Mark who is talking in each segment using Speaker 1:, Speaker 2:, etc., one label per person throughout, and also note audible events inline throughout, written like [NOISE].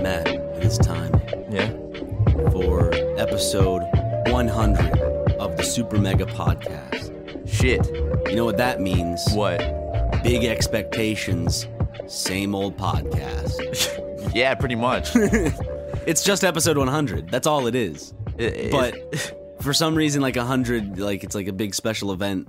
Speaker 1: Matt, it is time
Speaker 2: Yeah.
Speaker 1: for episode 100 of the Super Mega Podcast.
Speaker 2: Shit.
Speaker 1: You know what that means?
Speaker 2: What?
Speaker 1: Big expectations, same old podcast.
Speaker 2: Yeah,
Speaker 1: [LAUGHS]
Speaker 2: pretty much. It-
Speaker 1: It's just episode 100. That's all it is.
Speaker 2: it-
Speaker 1: But for some reason, like 100, like it's like a big special event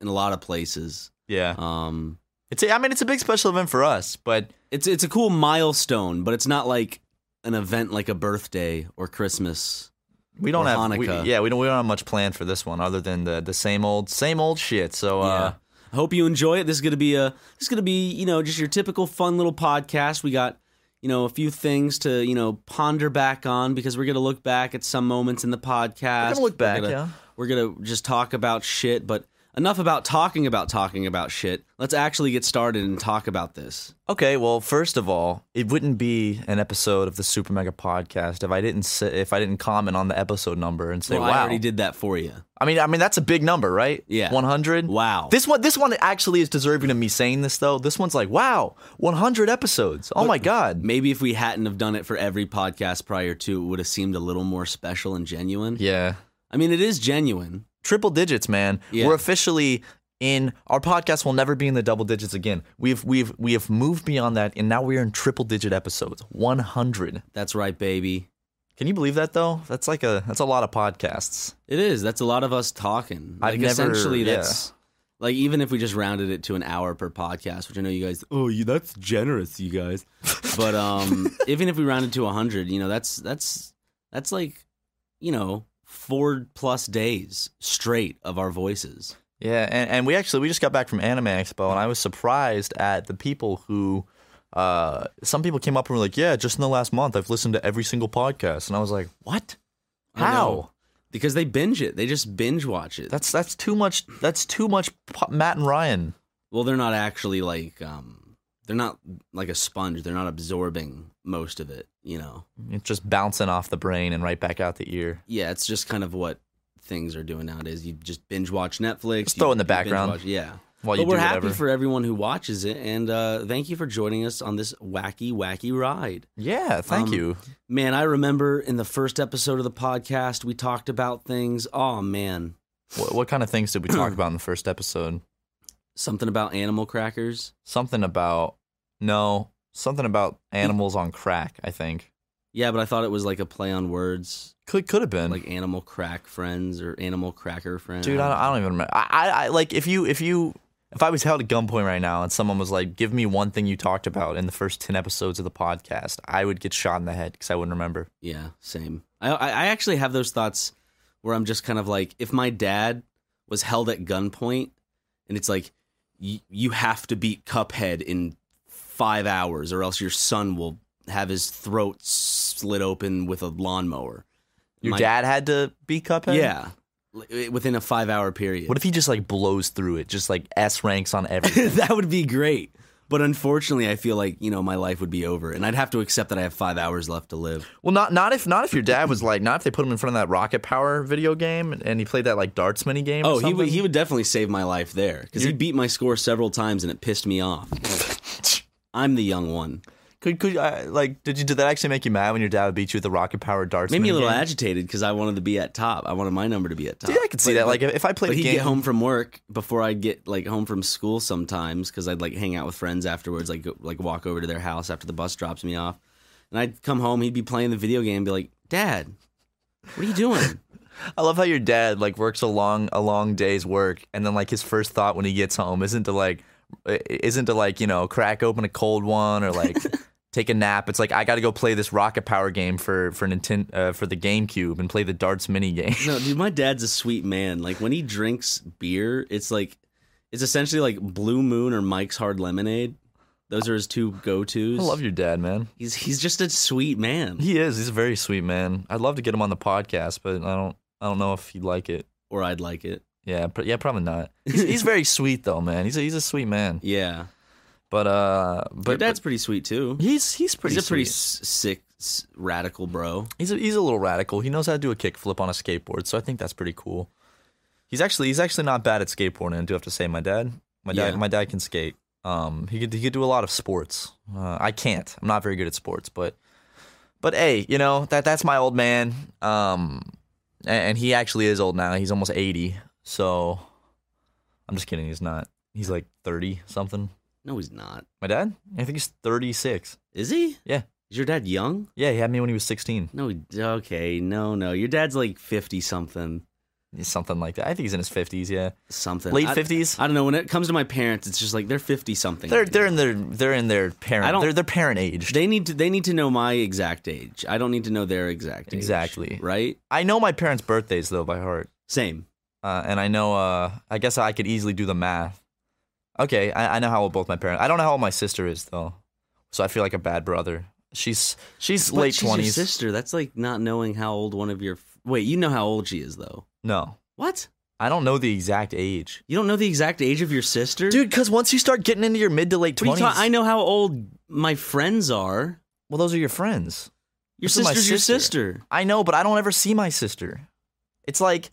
Speaker 1: in a lot of places.
Speaker 2: yeah.
Speaker 1: Um,
Speaker 2: It's a, I mean it's a big special event for us, but
Speaker 1: it's it's a cool milestone, but it's not like an event like a birthday or Christmas.
Speaker 2: we don't
Speaker 1: Or
Speaker 2: have we-
Speaker 1: Hanukkah.
Speaker 2: yeah, we don't we don't have much planned for this one other than the the same old same old shit. So uh
Speaker 1: I hope you enjoy it. This is gonna be a this is gonna be you know just your typical fun little podcast. We got you know a few things to you know ponder back on because we're gonna look back at some moments in the podcast.
Speaker 2: We're gonna look back,
Speaker 1: gonna-
Speaker 2: yeah.
Speaker 1: we're gonna just talk about shit. But enough about talking about talking about shit. Let's actually get started and talk about this.
Speaker 2: Okay, well, first of all, it wouldn't be an episode of the Super Mega Podcast if I didn't say, if I didn't comment on the episode number and say,
Speaker 1: Well,
Speaker 2: Oh, "Wow."
Speaker 1: I already did that for you.
Speaker 2: I mean, I mean that's a big number, right?
Speaker 1: Yeah.
Speaker 2: 100.
Speaker 1: Wow.
Speaker 2: This one this one actually is deserving of me saying this though. This one's like, "Wow, 100 episodes." Oh my god.
Speaker 1: Maybe if we hadn't have done it for every podcast prior to, it would have seemed a little more special and genuine.
Speaker 2: Yeah.
Speaker 1: I mean, it is genuine.
Speaker 2: Triple digits, man.
Speaker 1: Yeah.
Speaker 2: We're officially in our podcast will never be in the double digits again. We've we've we have moved beyond that and now we're in triple digit episodes. 100.
Speaker 1: That's right, baby.
Speaker 2: Can you believe that though? That's like a that's a lot of podcasts.
Speaker 1: It is. That's a lot of us talking.
Speaker 2: I've
Speaker 1: Like
Speaker 2: never-
Speaker 1: essentially
Speaker 2: yeah.
Speaker 1: that's like even if we just rounded it to an hour per podcast, which I know you guys oh you that's generous, you
Speaker 2: [LAUGHS]
Speaker 1: guys. But um even if we rounded to hundred, you know, that's that's that's like, you know, four plus days straight of our voices.
Speaker 2: Yeah, and, and we actually we just got back from Anime Expo, and I was surprised at the people who. Uh, some people came up and were like, "Yeah, just in the last month, I've listened to every single podcast," and I was like, "What?
Speaker 1: I know.
Speaker 2: How?
Speaker 1: Because they binge it. They just binge watch it.
Speaker 2: That's that's too much. That's too much." Po- Matt and Ryan.
Speaker 1: well, they're not actually like um they're not like a sponge. They're not absorbing most of it, you know.
Speaker 2: It's just bouncing off the brain and right back out the ear.
Speaker 1: yeah, it's just kind of what things are doing nowadays. You just binge watch Netflix.
Speaker 2: Just
Speaker 1: you-
Speaker 2: throw in the
Speaker 1: you binge
Speaker 2: background
Speaker 1: watch- yeah.
Speaker 2: while
Speaker 1: but
Speaker 2: you
Speaker 1: we're
Speaker 2: do
Speaker 1: happy
Speaker 2: whatever.
Speaker 1: for everyone who watches it, and uh, thank you for joining us on this wacky, wacky ride.
Speaker 2: Yeah, thank
Speaker 1: Um,
Speaker 2: you.
Speaker 1: Man, I remember in the first episode of the podcast, we talked about things. Oh man,
Speaker 2: What, what kind of things did we talk about in the first episode?
Speaker 1: something about animal crackers.
Speaker 2: Something about no, something about animals on crack. I think
Speaker 1: Yeah, but I thought it was like a play on words,
Speaker 2: could could have been
Speaker 1: like animal crack friends or animal cracker friends.
Speaker 2: Dude, I don't, I don't even remember. I, I, I like if you if you if I was held at gunpoint right now and someone was like, "Give me one thing you talked about in the first ten episodes of the podcast," I would get shot in the head because I wouldn't remember.
Speaker 1: Yeah, same. I I I actually have those thoughts where I'm just kind of like, if my dad was held at gunpoint, and it's like, y- you have to beat Cuphead in five hours, or else your son will have his throat slit open with a lawnmower.
Speaker 2: Your
Speaker 1: My-
Speaker 2: dad had to be Cuphead.
Speaker 1: Yeah, li- within a five hour period.
Speaker 2: What
Speaker 1: [LAUGHS]
Speaker 2: if he just like blows through it, just like S ranks on everything?
Speaker 1: that would be great. But unfortunately, I feel like you know my life would be over, and I'd have to accept that I have five hours left to live.
Speaker 2: well, not not if not if your dad was like not if they put him in front of that rocket power video game and he played that like darts mini game. or
Speaker 1: Oh, he would,
Speaker 2: something.
Speaker 1: he would definitely save my life there because he beat my score several times and it pissed me off. I'm the young one.
Speaker 2: Could could uh, like did you did that actually make you mad when your dad would beat you with the rocket powered darts?
Speaker 1: Made me a little
Speaker 2: minigame?
Speaker 1: agitated because I wanted to be at top. I wanted my number to be at top.
Speaker 2: Dude, I could see
Speaker 1: But-
Speaker 2: that. Like if if I
Speaker 1: But
Speaker 2: played a
Speaker 1: he'd
Speaker 2: game,
Speaker 1: get home from work before I'd get like home from school sometimes because I'd like hang out with friends afterwards, like go, like walk over to their house after the bus drops me off, and I'd come home. He'd be playing the video game, and be like, "Dad, what are you doing?"
Speaker 2: I love how your dad like works a long a long day's work, and then like his first thought when he gets home isn't to like i- isn't to like you know crack open a cold one
Speaker 1: [LAUGHS]
Speaker 2: or like take a nap. It's like I got to go play this rocket power game for for Nintendo uh, for the GameCube and play the darts mini game.
Speaker 1: no, dude, my dad's a sweet man. Like when he drinks beer, it's like it's essentially like Blue Moon or Mike's Hard Lemonade. Those are his two go tos.
Speaker 2: I love your dad, man.
Speaker 1: He's he's just a sweet man.
Speaker 2: He is. He's a very sweet man. I'd love to get him on the podcast, but I don't. I don't know if he'd like it.
Speaker 1: Or I'd like it.
Speaker 2: Yeah, pr- yeah, probably not. He's,
Speaker 1: [LAUGHS]
Speaker 2: he's very sweet though, man. He's a, he's a sweet man.
Speaker 1: Yeah,
Speaker 2: But uh,
Speaker 1: but your
Speaker 2: but
Speaker 1: dad's pretty sweet too.
Speaker 2: he's he's pretty.
Speaker 1: he's a pretty
Speaker 2: sweet.
Speaker 1: s- sick, s- radical bro.
Speaker 2: He's a, he's a little radical. He knows how to do a kickflip on a skateboard, so I think that's pretty cool. He's actually he's actually not bad at skateboarding. I do have to say, my dad, my dad,
Speaker 1: Yeah.
Speaker 2: my dad can skate. Um, he could he could do a lot of sports. Uh, I can't. I'm not very good at sports, but but hey, you know that that's my old man. Um, a- and, he actually is old now. He's almost eighty. So I'm just kidding. He's not. He's like thirty something.
Speaker 1: No, he's not.
Speaker 2: My dad, I think he's thirty six.
Speaker 1: Is he?
Speaker 2: Yeah,
Speaker 1: Is your dad young?
Speaker 2: yeah. He had me when he was sixteen,
Speaker 1: No, he- okay, no, no. Your dad's like fifty something,
Speaker 2: something like that. I think he's in his fifties. Yeah.
Speaker 1: something
Speaker 2: Late
Speaker 1: I-
Speaker 2: 50s?
Speaker 1: I, don't know. When it comes to my parents, it's just like they're fifty something.
Speaker 2: They're they're in their they're in their parent
Speaker 1: I don't-
Speaker 2: they're their parent age.
Speaker 1: They need to. They need to know my exact age. I don't need to know their exact age.
Speaker 2: Exactly.
Speaker 1: Right.
Speaker 2: I know my parents' birthdays though by heart,
Speaker 1: Same.
Speaker 2: uh, and I know uh, I guess I could easily do the math. Okay, I, I know how old both my parents. I don't know how old my sister is though, so I feel like a bad brother. She's she's
Speaker 1: But
Speaker 2: late
Speaker 1: she's your
Speaker 2: twenties.
Speaker 1: Sister. That's like not knowing how old one of your. f- Wait, you know how old she is though.
Speaker 2: No,
Speaker 1: What?
Speaker 2: I don't know the exact age,
Speaker 1: You don't know the exact age of your sister,
Speaker 2: dude. Because once you start getting into your mid to late
Speaker 1: What are you
Speaker 2: twenties,
Speaker 1: ta- I know how old my friends are.
Speaker 2: Well, those are your friends.
Speaker 1: Your
Speaker 2: This is my
Speaker 1: sister's your
Speaker 2: sister.
Speaker 1: sister.
Speaker 2: I know, but I don't ever see my sister. It's like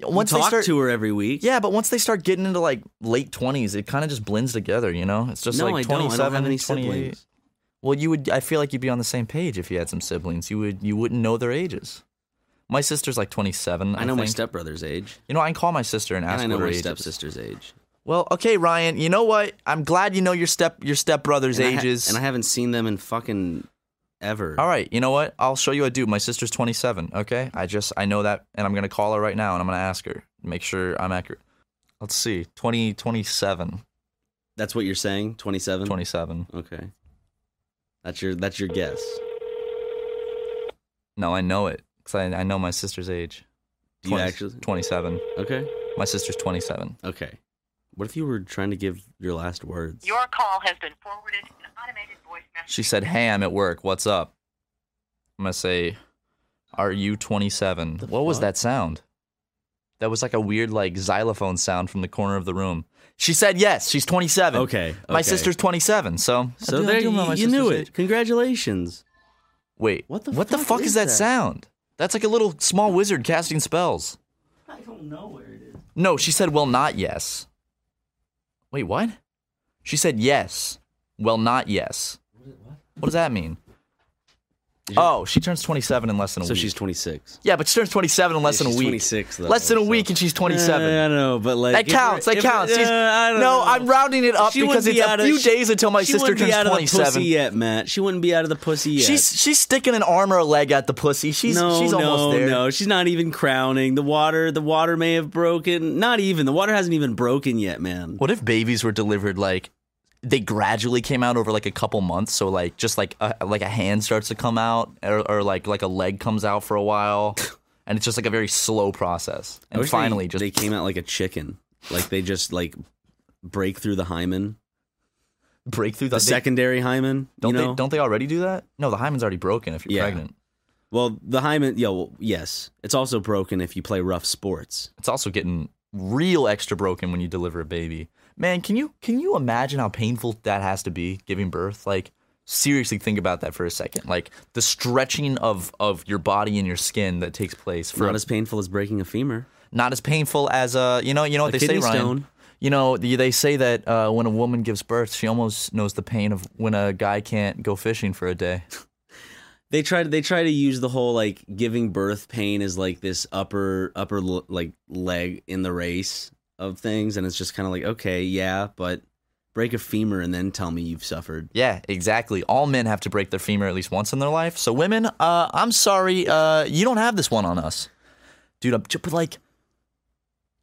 Speaker 2: once
Speaker 1: you
Speaker 2: they
Speaker 1: talk
Speaker 2: start
Speaker 1: to her every week.
Speaker 2: Yeah, but once they start getting into like late twenties, it kind of just blends together, you know? It's just
Speaker 1: no,
Speaker 2: like
Speaker 1: I don't. I don't have
Speaker 2: 27,
Speaker 1: any
Speaker 2: 28.
Speaker 1: siblings.
Speaker 2: Well, you would I feel like you'd be on the same page if you had some siblings. You would you wouldn't know their ages. My sister's like twenty seven.
Speaker 1: I know my stepbrother's age.
Speaker 2: You know, I can call my sister and ask
Speaker 1: And I know
Speaker 2: what her
Speaker 1: my
Speaker 2: age is.
Speaker 1: stepsister's age.
Speaker 2: Well, okay, Ryan. You know what? I'm glad you know your step your stepbrother's
Speaker 1: And I ha-
Speaker 2: ages.
Speaker 1: and I haven't seen them in fucking ever.
Speaker 2: All right, you know what? I'll show you a dude. My sister's 27, okay? I just, I know that, and I'm going to call her right now and I'm going to ask her, make sure I'm accurate. Let's see, 20, 27,
Speaker 1: That's what you're saying? 27?
Speaker 2: 27.
Speaker 1: Okay. That's your that's your guess.
Speaker 2: No, I know it because I, I know my sister's age.
Speaker 1: Do you actually
Speaker 2: 27.
Speaker 1: Okay.
Speaker 2: My sister's 27.
Speaker 1: Okay. What if you were trying to give your last words?
Speaker 3: Your call has been forwarded to an automated voice message.
Speaker 2: She said, "Hey, I'm at work. What's up?" I'm gonna say, "Are you 27?"
Speaker 1: The
Speaker 2: What was
Speaker 1: fuck?
Speaker 2: that sound? That was like a weird, like xylophone sound from the corner of the room. She said, "Yes, she's 27."
Speaker 1: Okay,
Speaker 2: my
Speaker 1: okay.
Speaker 2: sister's 27. So, I
Speaker 1: so
Speaker 2: do- I
Speaker 1: there
Speaker 2: do
Speaker 1: you,
Speaker 2: know my
Speaker 1: you knew
Speaker 2: sister's
Speaker 1: it.
Speaker 2: age.
Speaker 1: Congratulations.
Speaker 2: Wait,
Speaker 1: What
Speaker 2: what
Speaker 1: the
Speaker 2: the what the
Speaker 1: fuck
Speaker 2: fuck
Speaker 1: is
Speaker 2: is that,
Speaker 1: that?
Speaker 2: sound? That's like a little small wizard casting spells.
Speaker 1: I don't know where it is.
Speaker 2: No, she said, well, not yes. Wait, what? She said yes. Well, not yes. What does that mean? Oh, she turns 27 in less than a
Speaker 1: So
Speaker 2: week.
Speaker 1: she's 26.
Speaker 2: yeah, but she turns 27 in less
Speaker 1: Yeah,
Speaker 2: than a
Speaker 1: she's
Speaker 2: week.
Speaker 1: 26 though,
Speaker 2: less than a
Speaker 1: so-
Speaker 2: week, and she's 27.
Speaker 1: Eh, I don't know, but like
Speaker 2: that
Speaker 1: if we're-
Speaker 2: counts. That
Speaker 1: if we're-
Speaker 2: counts. She's-
Speaker 1: eh, I don't
Speaker 2: no,
Speaker 1: know.
Speaker 2: I'm rounding it up
Speaker 1: She
Speaker 2: because
Speaker 1: wouldn't be
Speaker 2: it's a
Speaker 1: out of-
Speaker 2: few days until my
Speaker 1: she
Speaker 2: sister
Speaker 1: wouldn't
Speaker 2: turns
Speaker 1: be out
Speaker 2: 27.
Speaker 1: Of the pussy yet, Matt. She wouldn't be out of the pussy yet.
Speaker 2: She's she's sticking an arm or a leg at the pussy. She's
Speaker 1: no,
Speaker 2: she's almost
Speaker 1: no,
Speaker 2: there.
Speaker 1: no. She's not even crowning. The water, the water may have broken. Not even. The water hasn't even broken yet, man.
Speaker 2: What if babies were delivered like they gradually came out over like a couple months? So like just like a, like a hand starts to come out, or, or like like a leg comes out for
Speaker 1: [LAUGHS]
Speaker 2: a while, and it's just like a very slow process.
Speaker 1: I
Speaker 2: And
Speaker 1: wish
Speaker 2: finally,
Speaker 1: they,
Speaker 2: just
Speaker 1: they came out like a chicken. Like they just like break through the hymen,
Speaker 2: break through
Speaker 1: the
Speaker 2: that.
Speaker 1: secondary hymen.
Speaker 2: don't
Speaker 1: you know?
Speaker 2: they don't they already do that? No, the hymen's already broken if you're
Speaker 1: Yeah.
Speaker 2: pregnant.
Speaker 1: Well, the hymen. Yeah. Well, yes. It's also broken if you play rough sports.
Speaker 2: It's also getting real extra broken when you deliver a baby. Man, can you can you imagine how painful that has to be giving birth? Like seriously think about that for a second. Like the stretching of of your body and your skin that takes place for
Speaker 1: Not
Speaker 2: a
Speaker 1: as painful as breaking a femur.
Speaker 2: not as painful as uh you know you know what
Speaker 1: A
Speaker 2: they say
Speaker 1: kidney
Speaker 2: Ryan
Speaker 1: stone.
Speaker 2: You know, th- they say that uh, when a woman gives birth, she almost knows the pain of when a guy can't go fishing for a day.
Speaker 1: they try to they try to use the whole like giving birth pain as like this upper upper l- like leg in the race of things and it's just kind of like okay yeah but break a femur and then tell me you've suffered
Speaker 2: Yeah, exactly. All men have to break their femur at least once in their life. So women, uh, I'm sorry, uh, you don't have this one on us, dude. I'm ju- but like,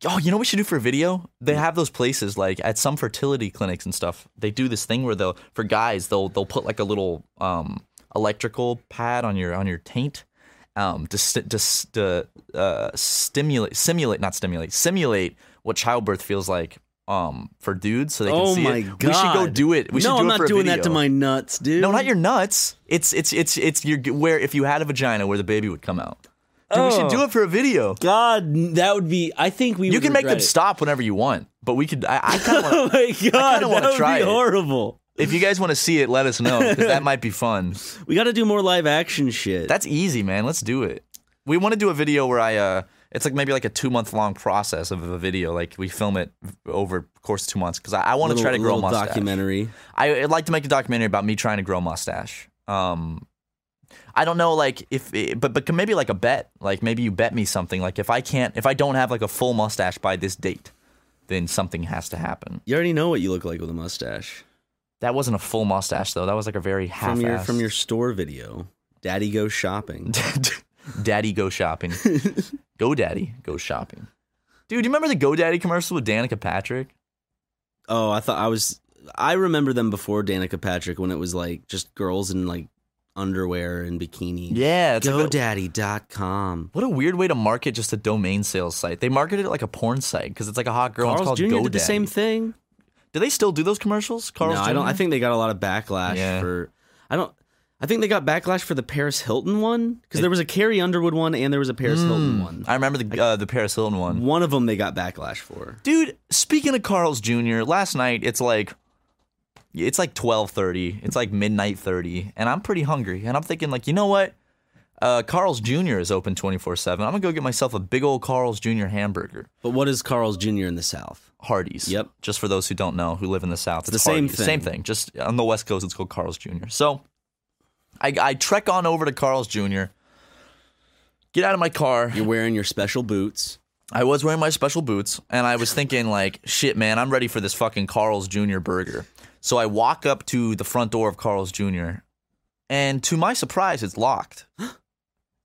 Speaker 2: oh, you know what we should do for a video?
Speaker 1: Mm.
Speaker 2: They have those places like at some fertility clinics and stuff. They do this thing where they'll for guys they'll they'll put like a little um, electrical pad on your on your taint. Um, to, st- to, s- to uh, stimulate, simulate, not stimulate, simulate what childbirth feels like um, for dudes, so they can
Speaker 1: oh
Speaker 2: see
Speaker 1: my
Speaker 2: it.
Speaker 1: god
Speaker 2: We should go do it. We
Speaker 1: no
Speaker 2: should do
Speaker 1: i'm
Speaker 2: it
Speaker 1: not
Speaker 2: for a
Speaker 1: doing that
Speaker 2: video.
Speaker 1: to my nuts dude
Speaker 2: No, not your nuts. It's it's it's it's your where if you had a vagina where the baby would come out. Dude, we
Speaker 1: Oh.
Speaker 2: should do it for a video.
Speaker 1: god that would be i think we
Speaker 2: You
Speaker 1: would
Speaker 2: can make
Speaker 1: regret
Speaker 2: them
Speaker 1: it.
Speaker 2: stop whenever you want, but we could. I, I kind of
Speaker 1: oh [LAUGHS]
Speaker 2: want.
Speaker 1: my god that
Speaker 2: wanna
Speaker 1: would
Speaker 2: try
Speaker 1: be
Speaker 2: it.
Speaker 1: horrible
Speaker 2: if you guys want to see it, let us know 'cause that might be fun.
Speaker 1: we got to do more live action shit
Speaker 2: That's easy, man. Let's do it. We want to do a video where I. uh It's like maybe like a two month long process of a video. Like we film it over the course of two months because I, I want to
Speaker 1: Little-
Speaker 2: try to grow a
Speaker 1: little
Speaker 2: mustache.
Speaker 1: documentary
Speaker 2: I, I'd like to make a documentary about me trying to grow a mustache. Um, I don't know, like if, but but maybe like a bet, like maybe you bet me something, like if I can't, if I don't have like a full mustache by this date, then something has to happen.
Speaker 1: you already know what you look like with a mustache
Speaker 2: That wasn't a full mustache though. That was like a very half.
Speaker 1: from your from your store video daddy goes shopping
Speaker 2: [LAUGHS] daddy go shopping. go daddy go shopping. Dude, you remember the GoDaddy commercial with Danica Patrick?
Speaker 1: Oh, I thought I was. I remember them before Danica Patrick when it was like just girls in like underwear and bikinis.
Speaker 2: Yeah, it's like the-
Speaker 1: GoDaddy.com.
Speaker 2: What a weird way to market just a domain sales site. They marketed it like a porn site because it's like a hot girl. and it's
Speaker 1: Carl's
Speaker 2: called
Speaker 1: Jr.
Speaker 2: GoDaddy.
Speaker 1: did the same thing.
Speaker 2: Do they still do those commercials? Carl's
Speaker 1: no,
Speaker 2: Jr.?
Speaker 1: I don't. I think they got a lot of backlash
Speaker 2: Yeah.
Speaker 1: for. I don't. I think they got backlash for the Paris Hilton one because there was a Carrie Underwood one and there was a Paris Hilton one.
Speaker 2: I remember the uh, the Paris Hilton one.
Speaker 1: One of them they got backlash for.
Speaker 2: Dude, speaking of Carl's Jr., last night it's like it's like 12:30. It's like midnight 30 and I'm pretty hungry and I'm thinking like, you know what? Uh, Carl's Jr. is open 24/7. I'm going to go get myself a big old Carl's Jr. hamburger.
Speaker 1: But what is Carl's Jr. in the South?
Speaker 2: Hardee's.
Speaker 1: Yep.
Speaker 2: Just for those who don't know, who live in the South,
Speaker 1: the same
Speaker 2: Hardee's. Same
Speaker 1: thing.
Speaker 2: thing. Just on the West Coast, it's called Carl's Jr. So I, I trek on over to Carl's Jr. Get out of my car.
Speaker 1: You're wearing your special boots.
Speaker 2: I was wearing my special boots, and I was thinking, like, shit, man, I'm ready for this fucking Carl's Jr. burger. So I walk up to the front door of Carl's Jr., and to my surprise, it's
Speaker 1: [GASPS]
Speaker 2: locked.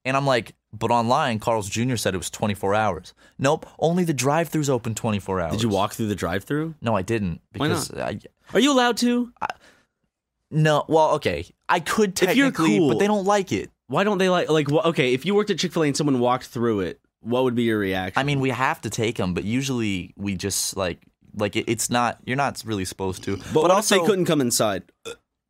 Speaker 2: And I'm like, but online, Carl's Jr. said it was 24 hours. Nope, only the drive throughs open 24 hours.
Speaker 1: Did you walk through the drive-through?
Speaker 2: No, I didn't.
Speaker 1: Why not?
Speaker 2: Because I,
Speaker 1: Are you allowed to?
Speaker 2: no, well, okay, I could
Speaker 1: If you're
Speaker 2: technically,
Speaker 1: cool-
Speaker 2: but they don't like it.
Speaker 1: Why don't they like like wh- okay? If you worked at Chick Fil A and someone walked through it, what would be your reaction?
Speaker 2: I mean, we have to take them, but usually we just like, like it, it's not. You're not really supposed to.
Speaker 1: but, what
Speaker 2: also,
Speaker 1: if they couldn't come inside?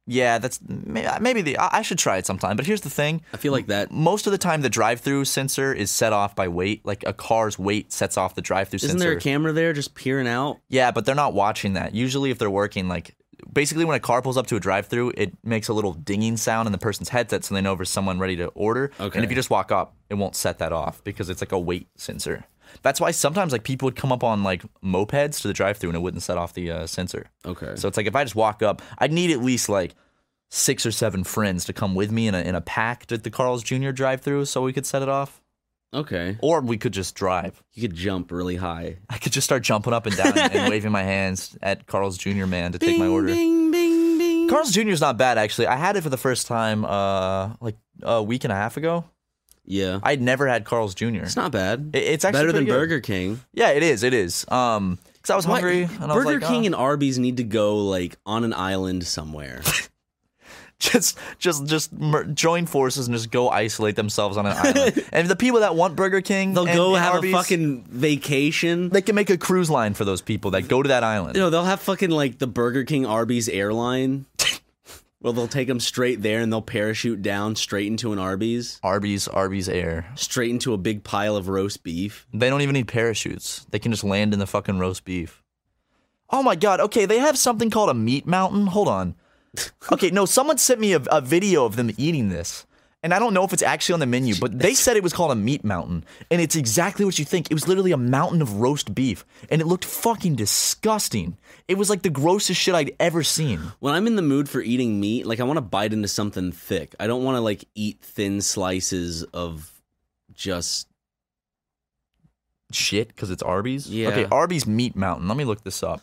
Speaker 2: Yeah, that's may- maybe the I I should try it sometime. But here's the thing:
Speaker 1: I feel like that
Speaker 2: most of the time, the drive-through sensor is set off by weight. Like a car's weight sets off the drive-through
Speaker 1: isn't
Speaker 2: sensor.
Speaker 1: there a camera there just peering out?
Speaker 2: yeah, but they're not watching that. Usually, if they're working, like basically when a car pulls up to a drive-through, it makes a little dinging sound in the person's headset, so they know there's someone ready to order.
Speaker 1: Okay.
Speaker 2: And if you just walk up, it won't set that off because it's like a weight sensor. That's why sometimes like people would come up on like mopeds to the drive-through and it wouldn't set off the uh, sensor.
Speaker 1: Okay,
Speaker 2: So it's like if I just walk up, I'd need at least like six or seven friends to come with me in a in a pack at the Carl's Jr. drive-through so we could set it off,
Speaker 1: okay,
Speaker 2: or we could just drive.
Speaker 1: you could jump really high.
Speaker 2: I could just start jumping up and down
Speaker 1: [LAUGHS]
Speaker 2: and waving my hands at Carl's Jr. man to take my order.
Speaker 1: Bing, bing, bing.
Speaker 2: Carl's Jr. is not bad actually. I had it for the first time uh like a week and a half ago.
Speaker 1: yeah,
Speaker 2: I'd never had Carl's Jr.
Speaker 1: it's not bad.
Speaker 2: It- it's actually
Speaker 1: better than
Speaker 2: pretty good.
Speaker 1: Burger King.
Speaker 2: Yeah, it is. It is. Um, because I was hungry.
Speaker 1: What?
Speaker 2: And I was
Speaker 1: Burger
Speaker 2: like,
Speaker 1: King
Speaker 2: "Ah."
Speaker 1: and Arby's need to go like on an island
Speaker 2: [LAUGHS]
Speaker 1: somewhere.
Speaker 2: just just just mer- join forces and just go isolate themselves on
Speaker 1: [LAUGHS]
Speaker 2: an island. and the people that want Burger King,
Speaker 1: They'll
Speaker 2: and-
Speaker 1: go
Speaker 2: and
Speaker 1: have
Speaker 2: Arby's,
Speaker 1: a fucking vacation.
Speaker 2: They can make a cruise line for those people that go to that island.
Speaker 1: You know, they'll have fucking like the Burger King Arby's
Speaker 2: [LAUGHS]
Speaker 1: airline. well, they'll take them straight there and they'll parachute down straight into an Arby's,
Speaker 2: Arby's, Arby's Air.
Speaker 1: straight into a big pile of roast beef.
Speaker 2: They don't even need parachutes. They can just land in the fucking roast beef. Oh my god. Okay, they have something called a meat mountain. Hold on. Okay, no, someone sent me a, a video of them eating this, And I don't know if it's actually on the menu, but they said it was called a meat mountain. And it's exactly what you think. It was literally a mountain of roast beef. And it looked fucking disgusting. It was like the grossest shit I'd ever seen.
Speaker 1: When I'm in the mood for eating meat, like I want to bite into something thick. I don't want to like eat thin slices of just
Speaker 2: Shit, because it's Arby's?
Speaker 1: Yeah.
Speaker 2: Okay, Arby's Meat Mountain. Let me look this up.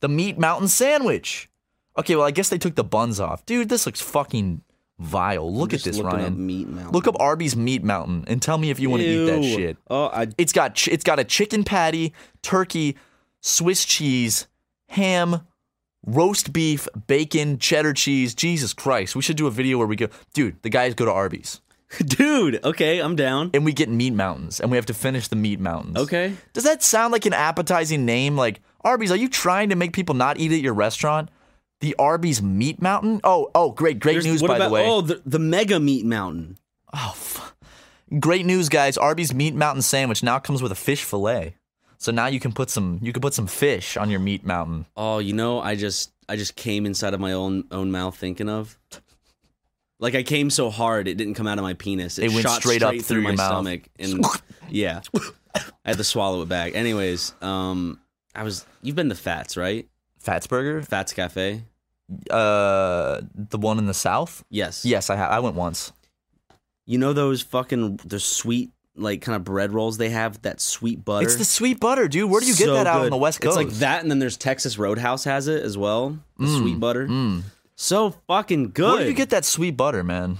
Speaker 2: The Meat Mountain Sandwich. Okay, well, I guess they took the buns off. Dude, this looks fucking vile. Look at
Speaker 1: just
Speaker 2: this,
Speaker 1: looking
Speaker 2: Ryan.
Speaker 1: up Meat Mountain.
Speaker 2: Look up Arby's Meat Mountain and tell me if you want to eat that
Speaker 1: Ew.
Speaker 2: shit.
Speaker 1: Oh, I
Speaker 2: It's got ch- it's got a chicken patty, turkey, Swiss cheese, ham, roast beef, bacon, cheddar cheese. Jesus Christ, we should do a video where we go, dude. The guys go to Arby's
Speaker 1: [LAUGHS] dude. Okay, I'm down.
Speaker 2: and we get meat mountains, and we have to finish the meat mountains.
Speaker 1: Okay.
Speaker 2: Does that sound like an appetizing name? Like Arby's, are you trying to make people not eat at your restaurant? The Arby's Meat Mountain. Oh, oh, great, great
Speaker 1: There's-
Speaker 2: news
Speaker 1: what
Speaker 2: by the
Speaker 1: about-
Speaker 2: way. Oh,
Speaker 1: Oh, the, the Mega Meat Mountain.
Speaker 2: Great news, guys! Arby's Meat Mountain sandwich now comes with a fish fillet. So now you can put some you can put some fish on your meat mountain.
Speaker 1: Oh, you know, I just I just came inside of my own own mouth thinking of. Like I came so hard it didn't come out of my penis. It,
Speaker 2: It went
Speaker 1: shot
Speaker 2: straight up through
Speaker 1: my
Speaker 2: your mouth.
Speaker 1: stomach [LAUGHS] and yeah. I had to swallow it back. Anyways, um I was you've been to Fats, right?
Speaker 2: Fatsburger,
Speaker 1: Fats Cafe?
Speaker 2: uh, the one in the south.
Speaker 1: Yes.
Speaker 2: Yes, I ha- I went once.
Speaker 1: You know those fucking the sweet like kind of bread rolls they have that sweet butter.
Speaker 2: It's the sweet butter, dude. Where do you get
Speaker 1: So
Speaker 2: that out on
Speaker 1: good.
Speaker 2: the west coast?
Speaker 1: It's like that, and then there's Texas Roadhouse has it as well. The sweet butter,
Speaker 2: Mm.
Speaker 1: so fucking good.
Speaker 2: Where do you get that sweet butter, man?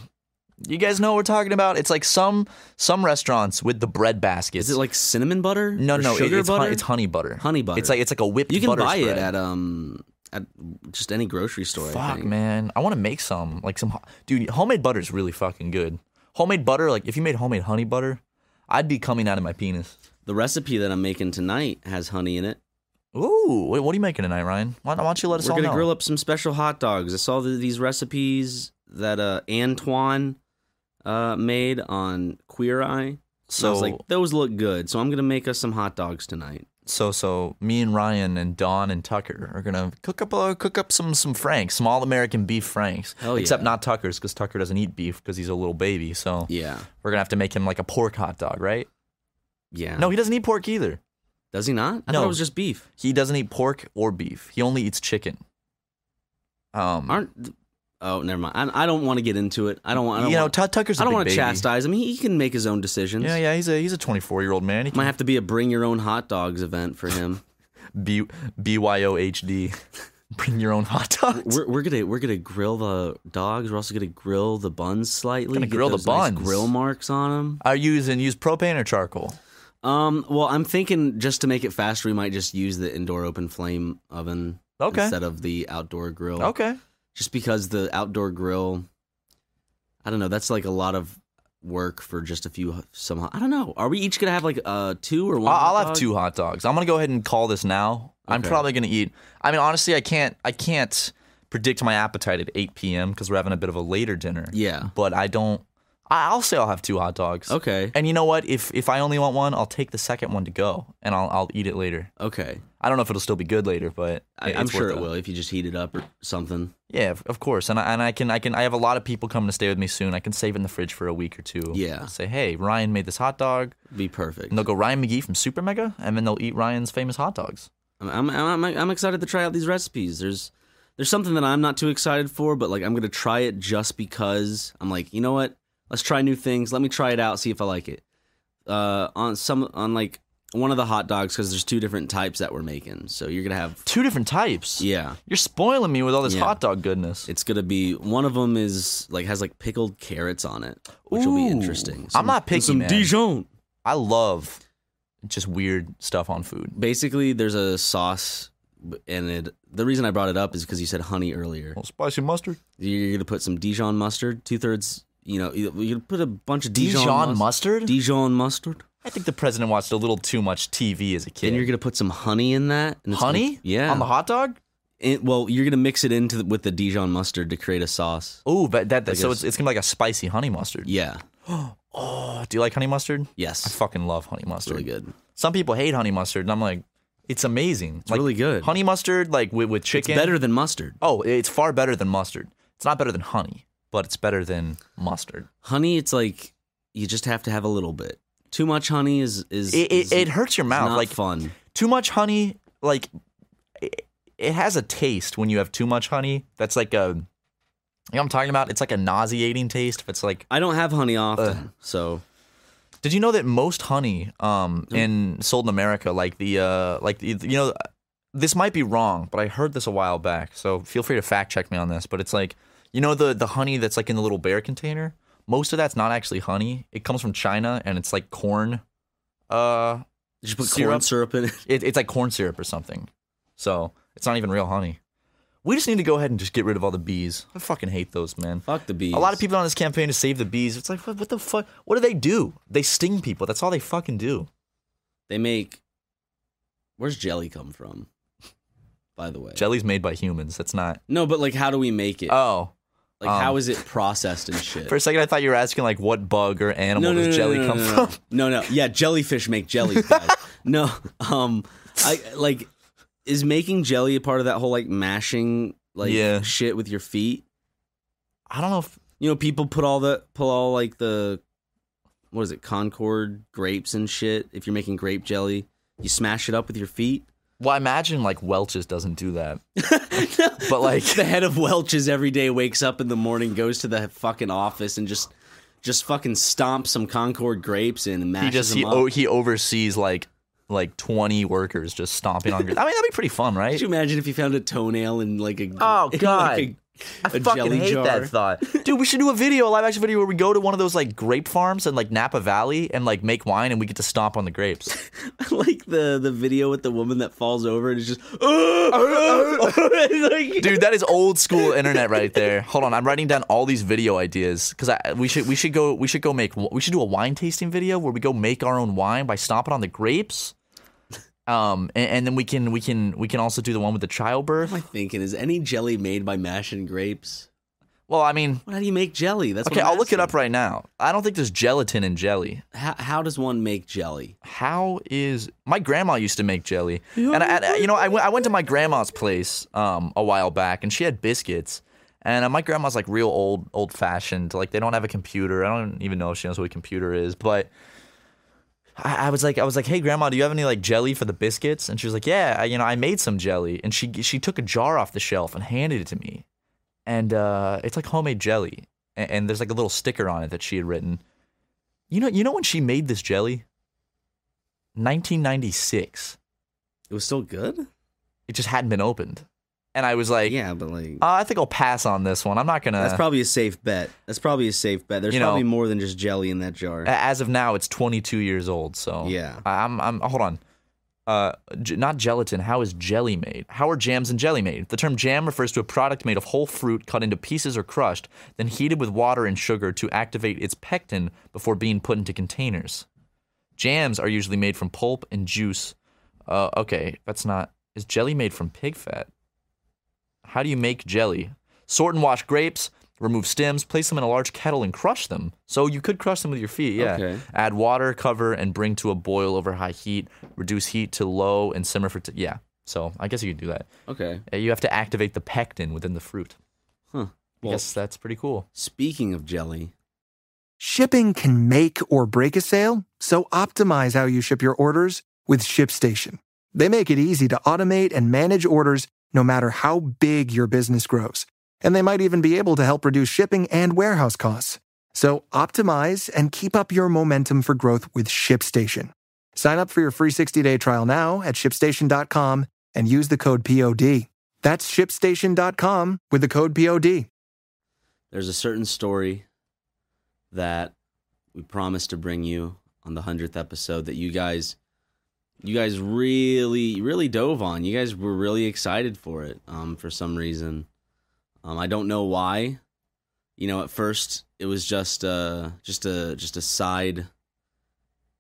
Speaker 2: You guys know what we're talking about. It's like some some restaurants with the bread baskets.
Speaker 1: Is it like cinnamon butter?
Speaker 2: no,
Speaker 1: Or
Speaker 2: no, it-
Speaker 1: sugar
Speaker 2: it's, hon-
Speaker 1: butter.
Speaker 2: it's honey butter.
Speaker 1: Honey butter.
Speaker 2: It's like it's like a whipped.
Speaker 1: you can
Speaker 2: butter
Speaker 1: buy
Speaker 2: spread.
Speaker 1: it at um at just any grocery store. I
Speaker 2: Fuck,
Speaker 1: think.
Speaker 2: man. I want to make some. Like some. ho- Dude, homemade butter is really fucking good. Homemade butter, like if you made homemade honey butter, I'd be coming out of my penis.
Speaker 1: The recipe that I'm making tonight has honey in it.
Speaker 2: Ooh, wait, what are you making tonight, Ryan? Why, why don't you let us
Speaker 1: We're
Speaker 2: all
Speaker 1: gonna
Speaker 2: know?
Speaker 1: grill up some special hot dogs. I saw the, these recipes that uh Antoine uh made on Queer Eye. So I was
Speaker 2: So-
Speaker 1: like, those look good. So I'm gonna make us some hot dogs tonight.
Speaker 2: so so me and Ryan and Don and Tucker are gonna cook up uh, cook up some some franks, small American beef franks.
Speaker 1: Hell yeah.
Speaker 2: Except not Tucker's because Tucker doesn't eat beef because he's a little baby. So
Speaker 1: Yeah,
Speaker 2: we're gonna have to make him like a pork hot dog, right?
Speaker 1: yeah.
Speaker 2: No, he doesn't eat pork either.
Speaker 1: Does he not? I
Speaker 2: No.
Speaker 1: thought it was just beef.
Speaker 2: He doesn't eat pork or beef. He only eats chicken. Um,
Speaker 1: Aren't? Oh, never mind. I, I don't want to get into it. I don't want. I don't
Speaker 2: you know,
Speaker 1: want-
Speaker 2: Todd Tucker's.
Speaker 1: I
Speaker 2: a
Speaker 1: don't
Speaker 2: big
Speaker 1: want to
Speaker 2: baby.
Speaker 1: chastise him. He, he can make his own decisions.
Speaker 2: Yeah, yeah, he's a he's a 24 year old man. He
Speaker 1: Might
Speaker 2: can
Speaker 1: have to be a bring your own hot dogs event for
Speaker 2: [LAUGHS]
Speaker 1: him.
Speaker 2: B B Y O H D. [LAUGHS] Bring your own hot dogs.
Speaker 1: we're, we're gonna we're gonna grill the dogs. We're also gonna grill the buns slightly.
Speaker 2: Gonna
Speaker 1: get
Speaker 2: grill the
Speaker 1: those nice
Speaker 2: buns.
Speaker 1: grill marks on
Speaker 2: Are you using use propane or charcoal?
Speaker 1: them. Um. Well, I'm thinking just to make it faster, we might just use the indoor open flame oven
Speaker 2: Okay.
Speaker 1: instead of the outdoor grill.
Speaker 2: Okay.
Speaker 1: Just because the outdoor grill, I don't know. That's like a lot of work for just a few some. I don't know. Are we each gonna have like uh two or one?
Speaker 2: I'll,
Speaker 1: hot
Speaker 2: I'll have
Speaker 1: dog?
Speaker 2: two hot dogs. I'm gonna go ahead and call this now. I'm
Speaker 1: Okay.
Speaker 2: probably gonna eat. I mean, honestly, I can't. I can't predict my appetite at 8 p.m. because we're having a bit of a later dinner.
Speaker 1: Yeah.
Speaker 2: But I don't. I- I'll say I'll have two hot dogs.
Speaker 1: Okay.
Speaker 2: And you know what? If if I only want one, I'll take the second one to go, and I'll I'll eat it later.
Speaker 1: Okay.
Speaker 2: I don't know if it'll still be good later, but
Speaker 1: I,
Speaker 2: it-
Speaker 1: I'm
Speaker 2: it's worth
Speaker 1: sure it
Speaker 2: the-
Speaker 1: will if you just heat it up or something.
Speaker 2: Yeah, of- of course. And I, and I can I can I have a lot of people coming to stay with me soon. I can save it in the fridge for a week or two.
Speaker 1: Yeah.
Speaker 2: Say hey, Ryan made this hot dog.
Speaker 1: Be perfect.
Speaker 2: And they'll go Ryan McGee from Super Mega, and then they'll eat Ryan's famous hot dogs.
Speaker 1: I'm, I'm I'm I'm excited to try out these recipes. There's there's something that I'm not too excited for, but like I'm gonna try it just because I'm like, you know what? Let's try new things. Let me try it out, see if I like it. Uh, on some on like one of the hot dogs because there's two different types that we're making. So you're gonna have
Speaker 2: Two different types.
Speaker 1: yeah.
Speaker 2: You're spoiling me with all this
Speaker 1: Yeah.
Speaker 2: hot dog goodness.
Speaker 1: It's gonna be one of them is like has like pickled carrots on it, which will be
Speaker 2: Ooh.
Speaker 1: interesting.
Speaker 2: I'm not picky,
Speaker 1: Some
Speaker 2: man.
Speaker 1: Dijon.
Speaker 2: I love just weird stuff on food.
Speaker 1: Basically, there's a sauce, and it. The reason I brought it up is because you said honey earlier.
Speaker 2: spicy mustard.
Speaker 1: You're gonna put some Dijon mustard, two thirds. You know, you- you're gonna put a bunch of Dijon,
Speaker 2: Dijon,
Speaker 1: mustard.
Speaker 2: mustard?
Speaker 1: Dijon mustard.
Speaker 2: I think the president watched a little too much TV as a kid.
Speaker 1: And you're gonna put some honey in that. And it's
Speaker 2: honey?
Speaker 1: gonna- yeah.
Speaker 2: On the hot dog?
Speaker 1: And- well, you're gonna mix it into the, with the Dijon mustard to create a sauce.
Speaker 2: Ooh, but that, that
Speaker 1: Like
Speaker 2: so
Speaker 1: a-
Speaker 2: it's, it's gonna be like a spicy honey mustard.
Speaker 1: Yeah.
Speaker 2: Oh, do you like honey mustard? I
Speaker 1: Yes.
Speaker 2: fucking love honey
Speaker 1: It's
Speaker 2: mustard.
Speaker 1: really good.
Speaker 2: Some people hate honey mustard, and I'm like, it's amazing.
Speaker 1: It's
Speaker 2: like,
Speaker 1: really good.
Speaker 2: Honey mustard, like with, with
Speaker 1: It's
Speaker 2: chicken.
Speaker 1: better than mustard.
Speaker 2: Oh, it's far better than mustard. It's not better than honey, but it's better than mustard.
Speaker 1: Honey, it's like you just have to have a little bit. Too much honey is is
Speaker 2: It,
Speaker 1: is
Speaker 2: it, it hurts your mouth.
Speaker 1: Not
Speaker 2: like
Speaker 1: fun.
Speaker 2: too much honey like it, it has a taste when you have too much honey that's like a you know what i'm talking about it's like a nauseating taste if it's like
Speaker 1: I don't have honey often, so
Speaker 2: did you know that most honey um
Speaker 1: Mm.
Speaker 2: in sold in america like the uh like the, you know this might be wrong but i heard this a while back so feel free to fact check me on this but it's like you know the the honey that's like in the little bear container most of that's not actually honey it comes from china and it's like corn uh
Speaker 1: just put corn
Speaker 2: Syrup?
Speaker 1: syrup in it. [LAUGHS]
Speaker 2: It, it's like corn syrup or something. So it's not even real honey. We just need to go ahead and just get rid of all the bees. I fucking hate those, man.
Speaker 1: Fuck the bees.
Speaker 2: A lot of people on this campaign to save the bees. It's like, what, what the fuck? What do they do? They sting people. That's all they fucking do.
Speaker 1: they make. Where's jelly come from? [LAUGHS] By the way,
Speaker 2: Jelly's made by humans. That's not.
Speaker 1: No, but like, how do we make it?
Speaker 2: Oh.
Speaker 1: like,
Speaker 2: um,
Speaker 1: how is it processed and shit?
Speaker 2: For a second, I thought you were asking, like, what bug or animal does jelly
Speaker 1: no,
Speaker 2: come
Speaker 1: no, no.
Speaker 2: from? [LAUGHS]
Speaker 1: No, no, yeah, jellyfish make jelly. guys. no, um, I like is making jelly a part of that whole like mashing like
Speaker 2: Yeah.
Speaker 1: shit with your feet.
Speaker 2: I don't know if.
Speaker 1: You know, people put all the pull all like the what is it, Concord grapes and shit. If you're making grape jelly, you smash it up with your feet.
Speaker 2: Well, I imagine, like, Welch's doesn't
Speaker 1: [LAUGHS]
Speaker 2: do that. but, like,
Speaker 1: the head of Welch's every day wakes up in the morning, goes to the fucking office, and just just fucking stomps some Concord grapes in and mashes
Speaker 2: he just,
Speaker 1: them
Speaker 2: he,
Speaker 1: up.
Speaker 2: o- he oversees, like, like 20 workers just stomping on. I mean, that'd be pretty fun, right?
Speaker 1: Could you imagine if you found a toenail in like a
Speaker 2: Oh,
Speaker 1: [LAUGHS] in,
Speaker 2: God.
Speaker 1: like a-
Speaker 2: I
Speaker 1: a
Speaker 2: fucking
Speaker 1: jelly
Speaker 2: hate
Speaker 1: jar?
Speaker 2: that thought. Dude, we should do a video, a live action video where we go to one of those like grape farms in like Napa Valley and like make wine and we get to stomp on the grapes.
Speaker 1: [LAUGHS] like the the video with the woman that falls over and is just [LAUGHS] like,
Speaker 2: [LAUGHS] Dude, that is old school internet right there. Hold on, I'm writing down all these video ideas cuz I we should we should go we should go make we should do a wine tasting video where we go make our own wine by stomping on the grapes. Um and, and then we can we can we can also do the one with the childbirth.
Speaker 1: What am I thinking? Is any jelly made by mashing grapes?
Speaker 2: Well, I mean,
Speaker 1: Well, how do you make jelly? That's
Speaker 2: okay,
Speaker 1: What I'm
Speaker 2: I'll look it up
Speaker 1: asking.
Speaker 2: right now. I don't think there's gelatin in jelly.
Speaker 1: How, how does one make jelly?
Speaker 2: how is my grandma used to make jelly and I, I- you know I went, I went to my grandma's place um, a while back and she had biscuits and uh, my grandma's like real old old fashioned like they don't have a computer i don't even know if she knows what a computer is but I, I was like i was like hey grandma do you have any like jelly for the biscuits and she was like yeah I, you know i made some jelly and she she took a jar off the shelf and handed it to me and uh, it's like homemade jelly and, and there's like a little sticker on it that she had written you know you know when she made this jelly 1996.
Speaker 1: It was still good.
Speaker 2: It just hadn't been opened. And I was like,
Speaker 1: Yeah, but like
Speaker 2: uh, I think I'll pass on this one. I'm not going
Speaker 1: that's
Speaker 2: to.
Speaker 1: probably a safe bet. That's probably a safe bet. There's
Speaker 2: You know- Eh.
Speaker 1: probably more than just jelly in that jar.
Speaker 2: As of now, it's 22 years old. So
Speaker 1: Yeah.
Speaker 2: I- I'm, I'm, hold on. uh, j- not gelatin. How is jelly made? How are jams and jelly made? The term jam refers to a product made of whole fruit cut into pieces or crushed, then heated with water and sugar to activate its pectin before being put into containers. Jams are usually made from pulp and juice. Uh, okay, that's not. Is jelly made from pig fat? How do you make jelly? Sort and wash grapes, remove stems, place them in a large kettle and crush them. So you could crush them with your feet, yeah.
Speaker 1: Okay.
Speaker 2: Add water, cover, and bring to a boil over high heat. Reduce heat to low and simmer for. T- yeah. So I guess you could do that.
Speaker 1: Okay.
Speaker 2: Uh, You have to activate the pectin within the fruit.
Speaker 1: Huh.
Speaker 2: I
Speaker 1: Well,
Speaker 2: guess that's pretty cool.
Speaker 1: speaking of jelly,
Speaker 4: Shipping can make or break a sale, so optimize how you ship your orders with ShipStation. They make it easy to automate and manage orders no matter how big your business grows. And they might even be able to help reduce shipping and warehouse costs. So optimize and keep up your momentum for growth with ShipStation. Sign up for your free 60-day trial now at shipstation.com and use the code POD. That's shipstation.com with the code POD.
Speaker 1: there's a certain story that we promised to bring you on the 100th episode that you guys you guys really really dove on. You guys were really excited for it um for some reason. Um I don't know why. You know, at first it was just uh just a just a side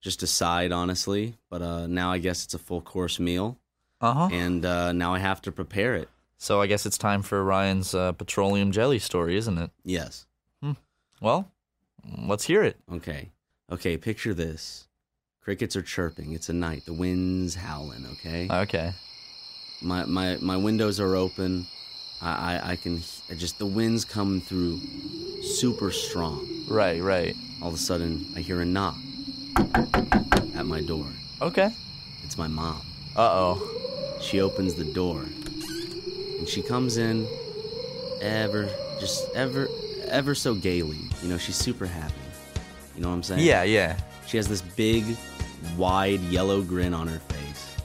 Speaker 1: just a side honestly, but uh now I guess it's a full course meal
Speaker 2: Uh huh.
Speaker 1: and uh now I have to prepare it.
Speaker 2: So I guess it's time for Ryan's uh, petroleum jelly story, isn't it?
Speaker 1: Yes.
Speaker 2: Well, let's hear it.
Speaker 1: Okay. Okay, picture this. Crickets are chirping. It's a night. The wind's howling, okay?
Speaker 2: Okay.
Speaker 1: my, my my windows are open. I, I, I can he- I just the wind's coming through super strong.
Speaker 2: Right, right.
Speaker 1: All of a sudden, I hear a knock at my door.
Speaker 2: Okay.
Speaker 1: It's my mom.
Speaker 2: Uh oh.
Speaker 1: She opens the door and she comes in ever just ever ever so gaily. You know, she's super happy. You know what I'm saying?
Speaker 2: Yeah, yeah.
Speaker 1: She has this big, wide yellow grin on her face,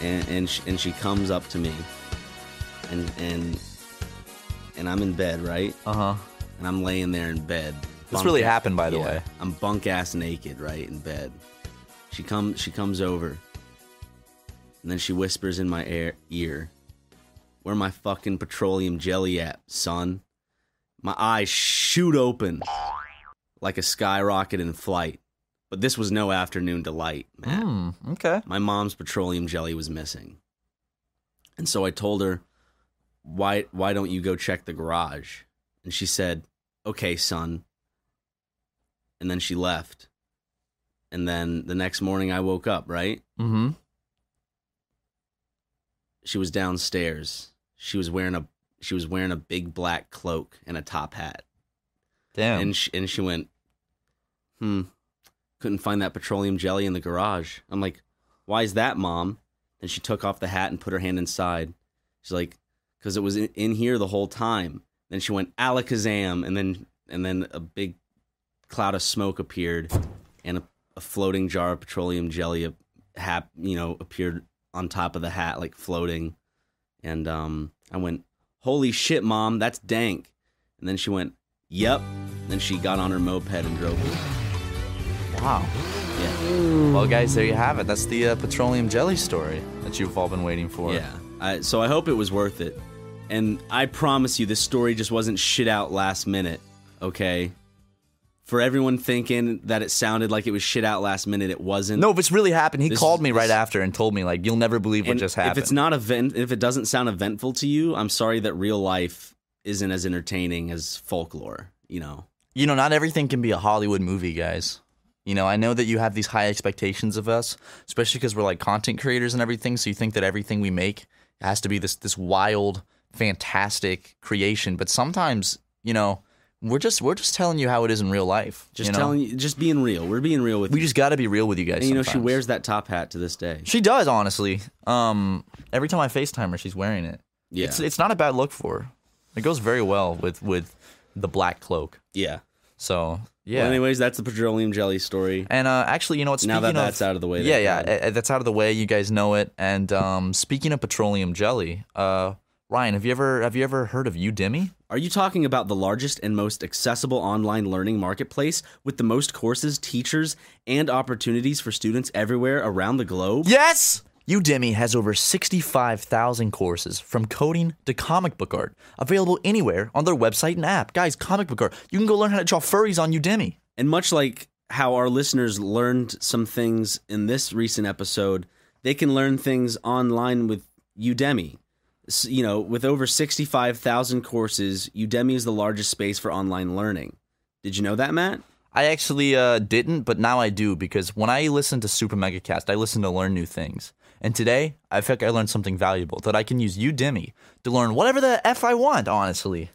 Speaker 1: and and she, and she comes up to me, and and and I'm in bed, right?
Speaker 2: Uh huh.
Speaker 1: And I'm laying there in bed.
Speaker 2: This really happened, by the
Speaker 1: yeah,
Speaker 2: way.
Speaker 1: I'm bunk ass naked, right in bed. She comes she comes over, and then she whispers in my air, ear, "Where my fucking petroleum jelly at, son?" My eyes shoot open like a skyrocket in flight. But this was no afternoon delight, Matt.
Speaker 2: Hmm. Okay.
Speaker 1: My mom's petroleum jelly was missing. And so I told her, "Why why don't you go check the garage?" And she said, "Okay, son." And then she left. And then the next morning I woke up, right?
Speaker 2: Mm-hmm.
Speaker 1: She was downstairs. She was wearing a she was wearing a big black cloak and a top hat.
Speaker 2: Damn.
Speaker 1: And she, and she went, hmm, couldn't find that petroleum jelly in the garage. I'm like, why is that, mom? And she took off the hat and put her hand inside. She's like, because it was in, in here the whole time. Then she went alakazam, and then and then a big cloud of smoke appeared, and a, a floating jar of petroleum jelly, ap- hap, you know, appeared on top of the hat, like floating. And um, I went, holy shit, mom, that's dank. And then she went, yep. Then she got on her moped and drove. away.
Speaker 2: wow.
Speaker 1: Yeah,
Speaker 2: Well, guys, there you have it. That's the uh, petroleum jelly story that you've all been waiting for.
Speaker 1: yeah. I, so I hope it was worth it. And I promise you, this story just wasn't shit out last minute. Okay. For everyone thinking that it sounded like it was shit out last minute, it wasn't.
Speaker 2: No, if it's really happened, he
Speaker 1: This-
Speaker 2: called me right
Speaker 1: this-
Speaker 2: after and told me like, "You'll never believe what
Speaker 1: And
Speaker 2: just happened."
Speaker 1: If it's not event, if it doesn't sound eventful to you, I'm sorry that real life isn't as entertaining as folklore. You know.
Speaker 2: you know, not everything can be a Hollywood movie, guys. You know, I know that you have these high expectations of us, especially because we're like content creators and everything. So you think that everything we make has to be this this wild, fantastic creation. But sometimes, you know, we're just we're just telling you how it is in real life.
Speaker 1: Just telling you, just being real. We're being real with
Speaker 2: we
Speaker 1: you.
Speaker 2: just got to be real with you guys.
Speaker 1: and you know, she
Speaker 2: sometimes.
Speaker 1: wears that top hat to this day.
Speaker 2: She does, honestly. Um, every time I Facetime her, she's wearing it.
Speaker 1: Yeah.
Speaker 2: It's it's not a bad look for her. It goes very well with with the black cloak.
Speaker 1: yeah.
Speaker 2: So yeah.
Speaker 1: Well, anyways, that's the petroleum jelly story.
Speaker 2: And uh, actually, you know what? Speaking
Speaker 1: Now that
Speaker 2: of,
Speaker 1: that's out of the way,
Speaker 2: yeah,
Speaker 1: there,
Speaker 2: yeah,
Speaker 1: Brad.
Speaker 2: uh, uh, that's out of the way. You guys know it. And um, speaking of petroleum jelly, uh, Ryan, have you ever have you ever heard of Udemy?
Speaker 1: Are you talking about the largest and most accessible online learning marketplace with the most courses, teachers, and opportunities for students everywhere around the globe?
Speaker 2: Yes! Udemy has over 65,000 courses from coding to comic book art available anywhere on their website and app. Guys, comic book art. You can go learn how to draw furries on Udemy.
Speaker 1: And much like how our listeners learned some things in this recent episode, they can learn things online with Udemy. S- You know, with over 65,000 courses, Udemy is the largest space for online learning. Did you know that, Matt?
Speaker 2: I actually uh, didn't, but now I do because when I listen to Super Mega Cast, I listen to learn new things. And today, I feel like I learned something valuable that I can use Udemy to learn whatever the F I want, honestly.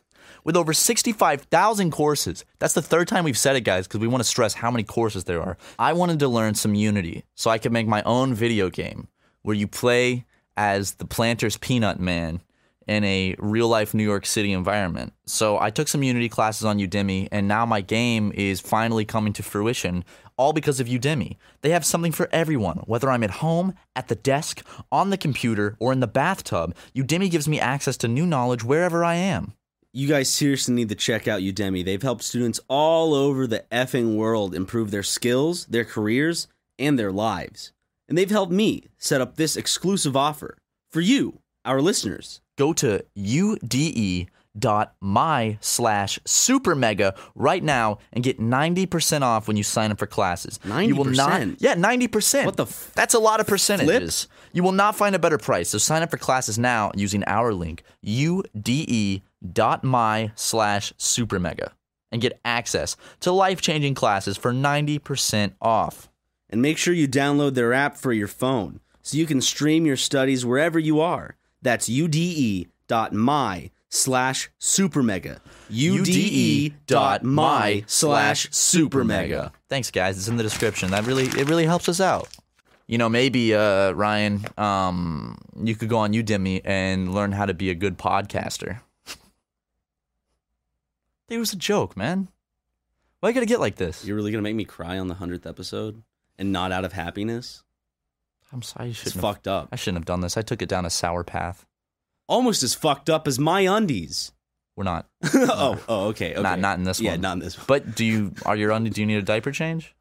Speaker 2: With over 65,000 courses. That's the third time we've said it, guys, because we want to stress how many courses there are. I wanted to learn some Unity so I could make my own video game where you play as the planter's peanut man in a real life New York City environment. So I took some Unity classes on Udemy, and now my game is finally coming to fruition, all because of Udemy. They have something for everyone, whether I'm at home, at the desk, on the computer, or in the bathtub. Udemy gives me access to new knowledge wherever I am.
Speaker 1: You guys seriously need to check out Udemy. They've helped students all over the effing world improve their skills, their careers, and their lives. And they've helped me set up this exclusive offer for you, our listeners.
Speaker 2: Go to ude.my slash super mega right now and get 90% off when you sign up for classes. 90%? You will not,
Speaker 1: 90%?
Speaker 2: yeah, 90%. What the f- That's a lot of percentages. You will not find a better price, so sign up for classes now using our link, ude.my slash super mega, and get access to life-changing classes for 90% off.
Speaker 1: And make sure you download their app for your phone so you can stream your studies wherever you are. That's ude.my slash supermega. ude.my E slash supermega.
Speaker 2: Thanks, guys. It's in the description. That really it really helps us out. You know, maybe uh, Ryan, um, you could go on Udemy and learn how to be a good podcaster. [LAUGHS] It was a joke, man. Why gotta get like this?
Speaker 1: You're really gonna make me cry on the hundredth episode and not out of happiness?
Speaker 2: I'm sorry, you
Speaker 1: It's
Speaker 2: shouldn't. Have,
Speaker 1: fucked up.
Speaker 2: I shouldn't have done this. I took it down a sour path.
Speaker 1: Almost as fucked up as my undies. [LAUGHS]
Speaker 2: We're not,
Speaker 1: oh, oh, okay, okay.
Speaker 2: not, not in this
Speaker 1: yeah,
Speaker 2: one.
Speaker 1: not in this one.
Speaker 2: But do you are you on? Do you need a diaper change?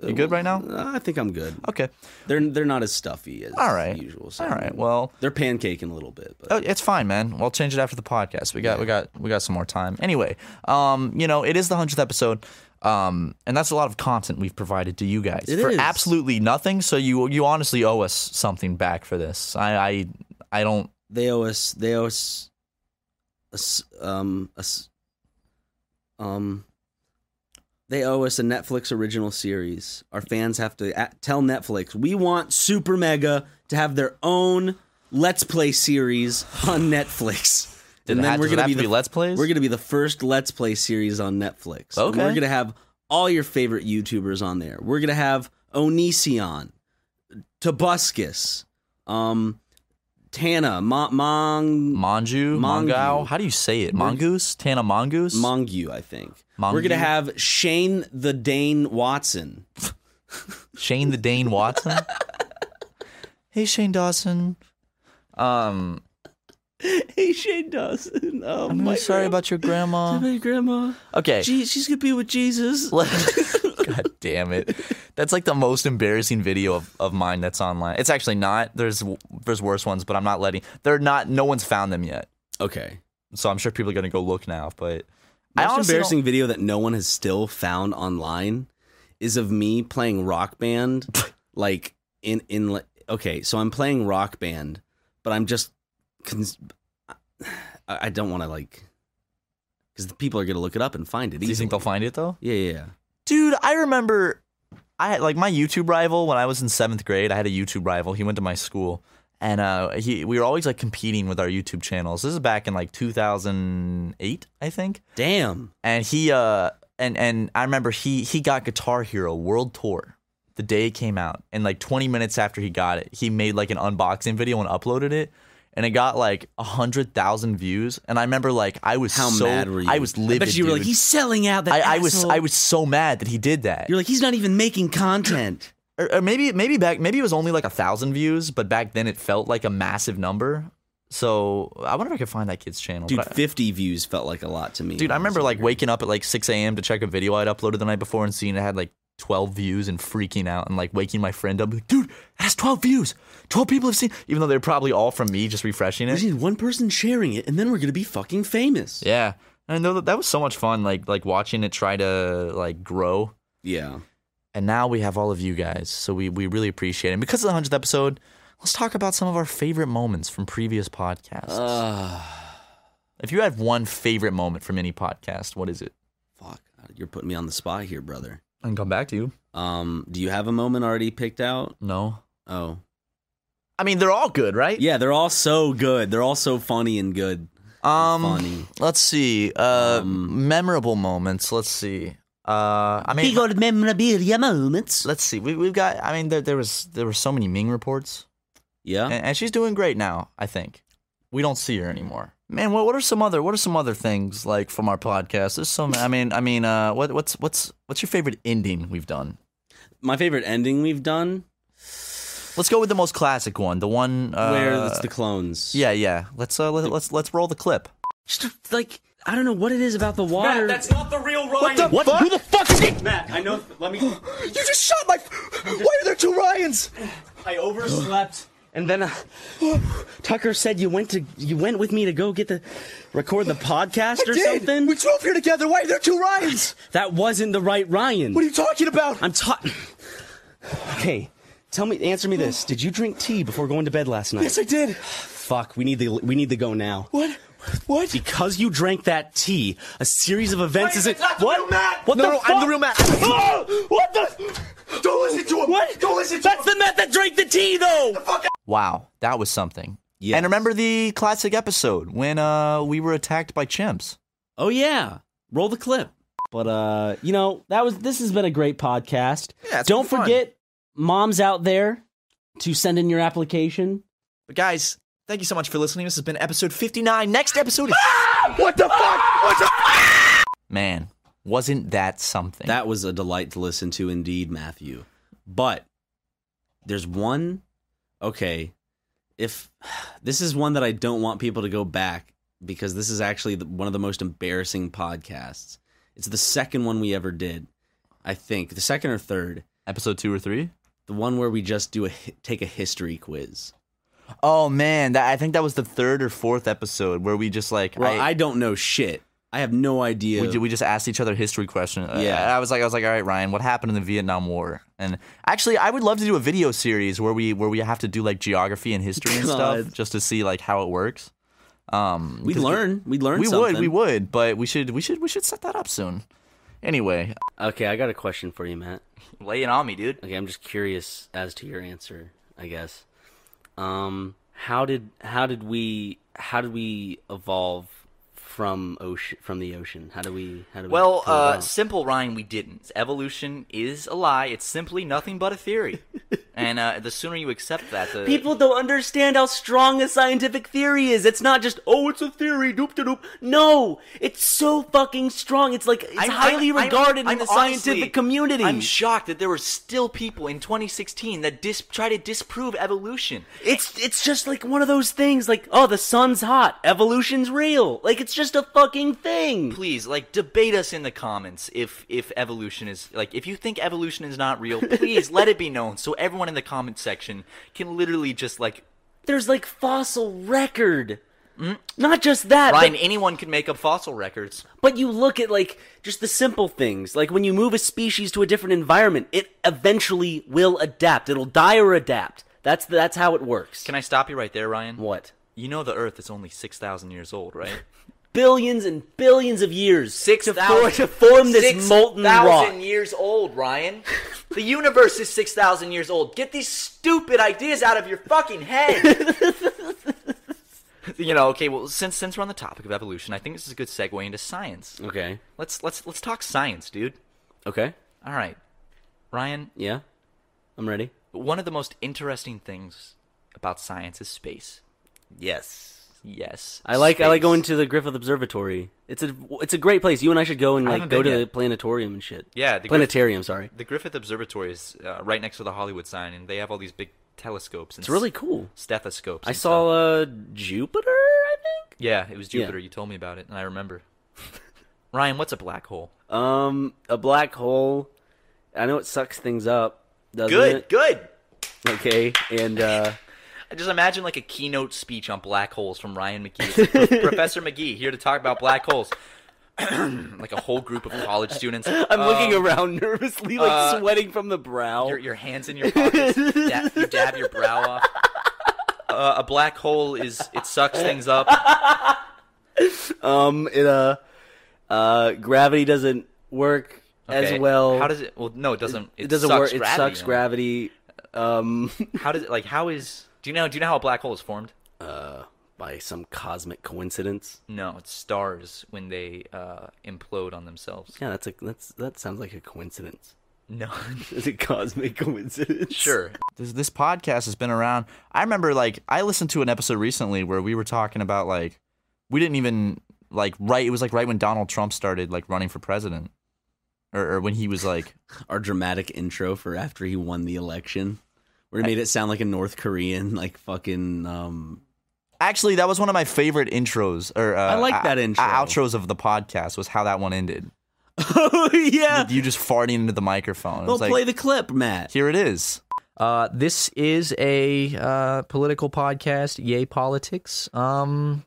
Speaker 2: You good right now?
Speaker 1: Uh, I think I'm good.
Speaker 2: Okay.
Speaker 1: They're they're not as stuffy as
Speaker 2: All right.
Speaker 1: usual. So
Speaker 2: All right. Well,
Speaker 1: they're pancaking a little bit, but
Speaker 2: Oh, it's fine, man. We'll change it after the podcast. We got, we got, we got some more time. Anyway, um, you know, it is the hundredth episode, um, and that's a lot of content we've provided to you guys
Speaker 1: It
Speaker 2: for
Speaker 1: is.
Speaker 2: absolutely nothing. So you, you honestly owe us something back for this. I, I, I don't.
Speaker 1: they owe us they owe us a s um a s um they owe us a Netflix original series. Our fans have to a tell Netflix we want Super Mega to have their own Let's Play series on Netflix.
Speaker 2: [LAUGHS] Did it ha- does it
Speaker 1: gonna
Speaker 2: have to be Let's Plays?
Speaker 1: We're gonna be the first Let's Play series on Netflix. And
Speaker 2: Okay.
Speaker 1: we're gonna have all your favorite YouTubers on there. We're gonna have Onision, Tobuscus, um, Tana, Mo- Mong,
Speaker 2: Manju,
Speaker 1: Mongu.
Speaker 2: Mongao. How do you say it? Mongoose, Tana Mongoose.
Speaker 1: Mongu, I think. We're
Speaker 2: Mongu?
Speaker 1: gonna have Shane the Dane Watson.
Speaker 2: Shane the Dane Watson. hey, Shane Dawson. Um,
Speaker 1: [LAUGHS] hey, Shane Dawson. Oh,
Speaker 2: I'm really sorry about your
Speaker 1: [LAUGHS]
Speaker 2: grandma.
Speaker 1: my grandma.
Speaker 2: Okay.
Speaker 1: Gee, she's gonna be with Jesus.
Speaker 2: [LAUGHS] God damn it. That's like the most embarrassing video of, of mine that's online. It's actually not. There's there's worse ones, but I'm not letting. They're not. No one's found them yet.
Speaker 1: Okay.
Speaker 2: So I'm sure people are gonna go look now. But I
Speaker 1: Most
Speaker 2: honestly
Speaker 1: embarrassing video that no one has still found online is of me playing Rock
Speaker 2: [LAUGHS]
Speaker 1: Band. like in in like- okay, so I'm playing Rock Band, but I'm just cons- I I don't want to like because the people are gonna look it up and find it.
Speaker 2: don't, do you
Speaker 1: easily.
Speaker 2: think they'll find it though?
Speaker 1: Yeah, yeah, yeah.
Speaker 2: Dude, I remember. I like my YouTube rival when I was in seventh grade. I had a YouTube rival. He went to my school, and uh, he we were always like competing with our YouTube channels. This is back in like 2008, I think.
Speaker 1: Damn.
Speaker 2: and he uh and and I remember he he got Guitar Hero World Tour the day it came out, and like 20 minutes after he got it, he made like an unboxing video and uploaded it, and it got like hundred thousand views. And I remember like I was
Speaker 1: How
Speaker 2: so
Speaker 1: mad were you?
Speaker 2: I was livid.
Speaker 1: I bet you were like,
Speaker 2: dude.
Speaker 1: he's selling out. That
Speaker 2: I, I was
Speaker 1: asshole."
Speaker 2: I was so mad that he did that.
Speaker 1: You're like, he's not even making
Speaker 2: [COUGHS]
Speaker 1: content.
Speaker 2: or, or maybe maybe back maybe it was only like a thousand views, but back then it felt like a massive number. So I wonder if I could find that kid's channel.
Speaker 1: Dude,
Speaker 2: but I-
Speaker 1: 50 views felt like a lot to me.
Speaker 2: Dude, I remember like waking up at like 6 a.m. to check a video I'd uploaded the night before and seeing it had like 12 views and freaking out and like waking my friend up, like, dude, it has 12 views. 12 people have seen, even though they're probably all from me just refreshing
Speaker 1: We
Speaker 2: it.
Speaker 1: just need one person sharing it, and then we're gonna be fucking famous.
Speaker 2: Yeah. And tho- that was so much fun, like like watching it try to like grow.
Speaker 1: Yeah.
Speaker 2: And now we have all of you guys, so we we really appreciate it. And because of the hundredth episode, let's talk about some of our favorite moments from previous podcasts. if you have one favorite moment from any podcast, what is it?
Speaker 1: Fuck, you're putting me on the spot here, brother.
Speaker 2: I can come back to you.
Speaker 1: Um, do you have a moment already picked out?
Speaker 2: No,
Speaker 1: Oh,
Speaker 2: I mean they're all good, right?
Speaker 1: yeah, they're all so good. They're all so funny and good.
Speaker 2: Um,
Speaker 1: Funny. Um,
Speaker 2: let's see. Uh, memorable moments. Let's see. Uh, I mean,
Speaker 1: old memorabilia moments.
Speaker 2: let's see. We we've got. I mean, there there was there were so many Ming reports,
Speaker 1: Yeah.
Speaker 2: and, and she's doing great now. I think we don't see her anymore. Man, what what are some other what are some other things like from our podcast? There's so many. I mean, I mean, uh, what what's what's what's your favorite ending we've done?
Speaker 1: My favorite ending we've done,
Speaker 2: Let's go with the most classic one, the one uh,
Speaker 1: where it's the clones.
Speaker 2: yeah yeah. Let's uh, let, let's let's roll the clip.
Speaker 1: Just like I don't know what it is about the water. that's not the real Ryan.
Speaker 2: What? Who the fuck is he?
Speaker 1: Matt, I know. Let me.
Speaker 2: [GASPS] You just shot my. Why are there two Ryans?
Speaker 1: I overslept, and
Speaker 2: [GASPS]
Speaker 1: then uh, Tucker said you went to you went with me to go get the record the podcast or something.
Speaker 2: drove here together. Why are there two Ryans?
Speaker 1: that wasn't the right Ryan.
Speaker 2: you talking about?
Speaker 1: I'm ta Okay, tell me, answer me this: Did you drink tea before going to bed last night?
Speaker 2: did.
Speaker 1: Fuck, we need to we need to go now.
Speaker 2: What? What?
Speaker 1: Because you drank that tea, a series of events is it?
Speaker 2: that's the
Speaker 1: What?
Speaker 2: real Matt!
Speaker 1: What
Speaker 2: No,
Speaker 1: the
Speaker 2: no,
Speaker 1: fuck?
Speaker 2: I'm the real Matt.
Speaker 1: Oh, what the?
Speaker 2: Don't listen to him.
Speaker 1: What? That's the Matt that drank the tea, though.
Speaker 2: Wow, that was something.
Speaker 1: Yes.
Speaker 2: And remember the classic episode when uh we were attacked by chimps.
Speaker 1: Oh yeah, roll the clip. But uh, you know that was this has been a great podcast.
Speaker 2: Yeah, it's
Speaker 1: Don't
Speaker 2: been fun.
Speaker 1: forget, moms out there, to send in your application.
Speaker 2: But guys, thank you so much for listening. This has been episode 59. Next episode is Ah! What the fuck? What the Man, wasn't that something?
Speaker 1: That was a delight to listen to, indeed, Matthew. But there's one. Okay, if [SIGHS] this is one that I don't want people to go back because this is actually the, one of the most embarrassing podcasts. It's the second one we ever did, I think, the second or third.
Speaker 2: episode 2 or 3?
Speaker 1: The one where we just do a hi- take a history quiz.
Speaker 2: Oh man, that I think that was the third or fourth episode where we just like
Speaker 1: Well, I, don't know shit. I have no idea.
Speaker 2: We, ju- we just asked each other history questions.
Speaker 1: Yeah.
Speaker 2: I, I was like, I was like, all right, Ryan, what happened in the Vietnam War? And actually, I would love to do a video series where we where we have to do like geography and history and stuff
Speaker 1: God.
Speaker 2: just to see like how it works. Um,
Speaker 1: we
Speaker 2: 'cause
Speaker 1: learn. We learn.
Speaker 2: We
Speaker 1: something.
Speaker 2: would, we would, but we should, we should, we should set that up soon. Anyway,
Speaker 5: Okay, I got a question for you, Matt.
Speaker 2: lay it on me, dude.
Speaker 5: Okay, I'm just curious as to your answer, I guess. Um how did how did we how did we evolve from ocean from the ocean? How do we how do we
Speaker 2: Well,
Speaker 5: come
Speaker 2: uh,
Speaker 5: about?
Speaker 2: simple Ryan, we didn't. Evolution is a lie. It's simply nothing but
Speaker 1: [LAUGHS]
Speaker 2: a theory. and uh, the sooner you accept that, the
Speaker 5: People don't understand how strong a scientific theory is. It's not just oh, it's a theory, doop de doop. No, it's so fucking strong. It's like it's
Speaker 2: I'm-
Speaker 5: highly
Speaker 2: I'm- I'm-
Speaker 5: regarded in
Speaker 2: I'm
Speaker 5: the
Speaker 2: honestly-
Speaker 5: scientific community.
Speaker 2: I'm shocked that there were still people in 2016 that dis- try to disprove evolution.
Speaker 5: It's it's just like one of those things like oh the sun's hot evolution's real like it's just a fucking thing.
Speaker 2: Please, like, debate us in the comments if if evolution is like if you think evolution is not real. Please let it be known so everyone in the comment section can literally just like
Speaker 5: There's like fossil record. Not just that,
Speaker 2: Ryan.
Speaker 5: but,
Speaker 2: Anyone can make up fossil records.
Speaker 5: but you look at like just the simple things. Like when you move a species to a different environment, it eventually will adapt. It'll die or adapt. That's that's how it works.
Speaker 2: Can I stop you right there, Ryan?
Speaker 5: what?
Speaker 2: You know the Earth is only six thousand years old, right?
Speaker 5: Billions and billions of years
Speaker 2: Six
Speaker 5: to,
Speaker 2: thousand
Speaker 5: for, to form this molten rock.
Speaker 2: years old, Ryan. The universe is six thousand years old. Get these stupid ideas out of your fucking head. [LAUGHS] you know, okay. Well, since since we're on the topic of evolution, I think this is a good segue into science.
Speaker 1: Okay.
Speaker 2: Let's let's let's talk science, dude.
Speaker 1: Okay.
Speaker 2: All right, Ryan.
Speaker 1: Yeah. I'm ready.
Speaker 2: One of the most interesting things about science is space.
Speaker 5: Yes.
Speaker 2: Yes,
Speaker 5: I like I like
Speaker 2: space.
Speaker 5: going to the Griffith Observatory. It's a it's a great place. You and I should go and
Speaker 2: I
Speaker 5: like
Speaker 2: haven't
Speaker 5: go
Speaker 2: been
Speaker 5: to
Speaker 2: yet.
Speaker 5: the planetarium and shit.
Speaker 2: Yeah, the Griffith-
Speaker 5: planetarium. sorry,
Speaker 2: The Griffith Observatory is uh, right next to the Hollywood sign, and they have all these big telescopes. And
Speaker 5: it's really
Speaker 2: s-
Speaker 5: cool.
Speaker 2: Stethoscopes.
Speaker 5: I
Speaker 2: and
Speaker 5: saw uh, Jupiter.
Speaker 2: Yeah, it was
Speaker 5: Yeah.
Speaker 2: Jupiter. You told me about it, and I remember. [LAUGHS] Ryan, what's a black hole?
Speaker 5: Um, a black hole. I know it sucks things up. Doesn't
Speaker 2: Good,
Speaker 5: it?
Speaker 2: good.
Speaker 5: Okay, and uh,
Speaker 2: I just imagine like a keynote speech on black holes from Ryan McGee. It's
Speaker 5: [LAUGHS]
Speaker 2: like, "Pro- Professor McGee here to talk about black holes. [CLEARS THROAT] like a whole group of college
Speaker 5: [LAUGHS] [LAUGHS]
Speaker 2: students.
Speaker 5: I'm looking
Speaker 2: Um,
Speaker 5: around [LAUGHS] nervously, like
Speaker 2: uh,
Speaker 5: sweating from the brow.
Speaker 2: Your, your hands in
Speaker 5: [LAUGHS]
Speaker 2: your pockets. da- you dab your brow off. Uh, a black hole is it sucks things up.
Speaker 5: um, it uh, uh, gravity doesn't work
Speaker 2: Okay,
Speaker 5: as well.
Speaker 2: How does it? Well, no, it doesn't. It,
Speaker 5: It, doesn't
Speaker 2: sucks
Speaker 5: work.
Speaker 2: Gravity,
Speaker 5: it sucks
Speaker 2: you know?
Speaker 5: gravity. Um, [LAUGHS]
Speaker 2: How does it? Like, how is? Do you know? Do you know how a black hole is formed?
Speaker 5: uh, by some cosmic coincidence.
Speaker 2: No, it's stars when they uh, implode on themselves.
Speaker 5: Yeah, that's a that's that sounds like a coincidence. [LAUGHS]
Speaker 2: [LAUGHS] No.
Speaker 5: Is it cosmic coincidence?
Speaker 2: Sure. This, this podcast has been around. I remember, like, I listened to an episode recently where we were talking about, like, we didn't even, like, right. It was, like, right when Donald Trump started, like, running for president or, or when he was, [LAUGHS] like,
Speaker 1: Our dramatic intro for after he won the election, where he made it sound like a North Korean, like fucking.
Speaker 2: [LAUGHS]
Speaker 1: Um,
Speaker 2: actually, that was one of my favorite intros or, uh,
Speaker 1: I like that
Speaker 2: o-
Speaker 1: intro.
Speaker 2: Outros of the podcast was how that
Speaker 1: [LAUGHS]
Speaker 2: one ended.
Speaker 1: oh yeah.
Speaker 2: You just farting into the microphone. It
Speaker 1: Well,
Speaker 2: was like-
Speaker 1: play the clip, Matt.
Speaker 2: Here it is. Uh, this is a uh, political podcast, yay politics. Um,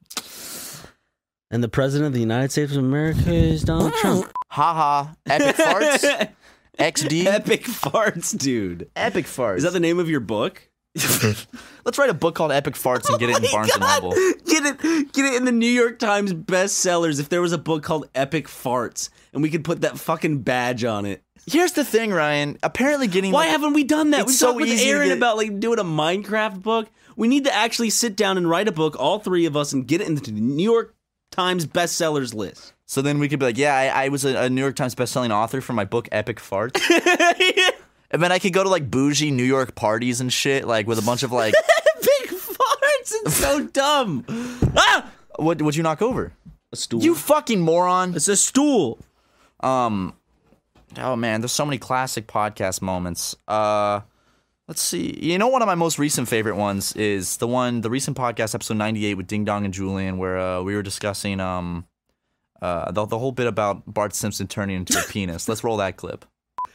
Speaker 5: And the president of the United States of America is
Speaker 1: [LAUGHS]
Speaker 5: Donald Trump.
Speaker 2: haha, epic [LAUGHS] farts, XD,
Speaker 1: Epic farts, dude.
Speaker 2: epic farts.
Speaker 1: Is that
Speaker 2: [LAUGHS]
Speaker 1: the name of your book? Oh
Speaker 2: Let's write a book called Epic Farts and get it in Barnes and
Speaker 1: God.
Speaker 2: Noble.
Speaker 1: Get it, get it in the New York Times bestsellers. If there was a book called Epic Farts, and we could put that fucking badge on it.
Speaker 2: Here's the thing, Ryan. Apparently, getting
Speaker 1: Why
Speaker 2: like-
Speaker 1: haven't we done that?
Speaker 2: It's
Speaker 1: we
Speaker 2: so
Speaker 1: talked with
Speaker 2: easy to
Speaker 1: Aaron
Speaker 2: get-
Speaker 1: about like doing a Minecraft book. We need to actually sit down and write a book, all three of us, and get it into the New York Times bestsellers [LAUGHS] list.
Speaker 2: so then we could be like, yeah, I, I was a, a New York Times bestselling author for my book Epic Farts, [LAUGHS] and then I could go to like bougie New York parties and shit, like with a bunch of [LAUGHS] like.
Speaker 1: Epic farts. It's [LAUGHS] so dumb. Ah,
Speaker 2: what would you knock over?
Speaker 1: a stool.
Speaker 2: You fucking moron!
Speaker 1: it's a stool.
Speaker 2: Um, oh man, there's so many classic podcast moments. Uh, let's see. You know, one of my most recent favorite ones is the one, the recent podcast episode 98 with Ding Dong and Julian, where uh, we were discussing um, uh, the the whole bit about Bart Simpson turning into a penis. Let's roll that clip.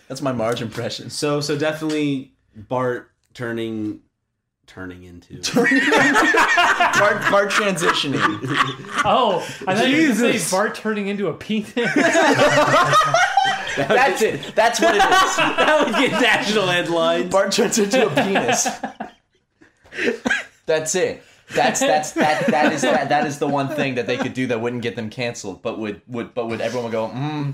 Speaker 1: That's my Marge impression. So, so definitely Bart turning, [LAUGHS] turning into.
Speaker 2: Bart, Bart transitioning.
Speaker 6: Oh,
Speaker 1: [LAUGHS]
Speaker 6: I thought you were gonna
Speaker 1: Jesus.
Speaker 6: say Bart turning into
Speaker 1: [LAUGHS]
Speaker 6: a penis.
Speaker 2: [LAUGHS] That's it. That's what it [LAUGHS] is.
Speaker 1: that would get national headlines.
Speaker 2: Bart turns into a penis. That's it. That's that's that that is that, that is the one thing that they could do that wouldn't get them canceled, but would would but would everyone would go mm.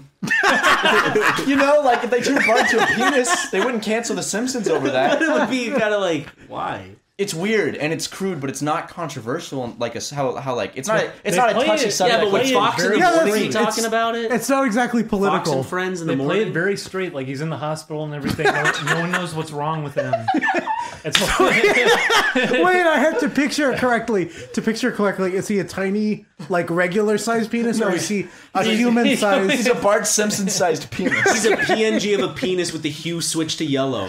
Speaker 2: [LAUGHS] you know, like if they turned Bart to a penis, they wouldn't cancel The Simpsons over
Speaker 1: it
Speaker 2: that.
Speaker 1: would be kind of like why?
Speaker 2: It's weird and it's crude, but it's not controversial. and Like a, how how like it's not a, it's
Speaker 6: They
Speaker 2: not a
Speaker 6: play
Speaker 2: touchy
Speaker 6: it-
Speaker 2: subject.
Speaker 6: yeah, but
Speaker 2: like,
Speaker 6: when Fox in the
Speaker 1: yeah,
Speaker 6: morning
Speaker 1: that's- talking about it.
Speaker 6: It's not exactly
Speaker 1: Fox
Speaker 6: political.
Speaker 1: and Friends in
Speaker 6: they
Speaker 1: the
Speaker 6: play it
Speaker 1: morning.
Speaker 6: very straight, like he's in the hospital and everything.
Speaker 1: [LAUGHS]
Speaker 6: No, no one knows what's wrong with
Speaker 7: [LAUGHS]
Speaker 6: him. It's like,
Speaker 7: Wait, I have to picture it correctly. To picture it correctly, is he a tiny, like regular sized penis, or is he
Speaker 6: [LAUGHS]
Speaker 7: a human
Speaker 2: He's
Speaker 7: sized?
Speaker 2: a Bart Simpson sized penis.
Speaker 1: He's a PNG of a penis with the hue switched to yellow.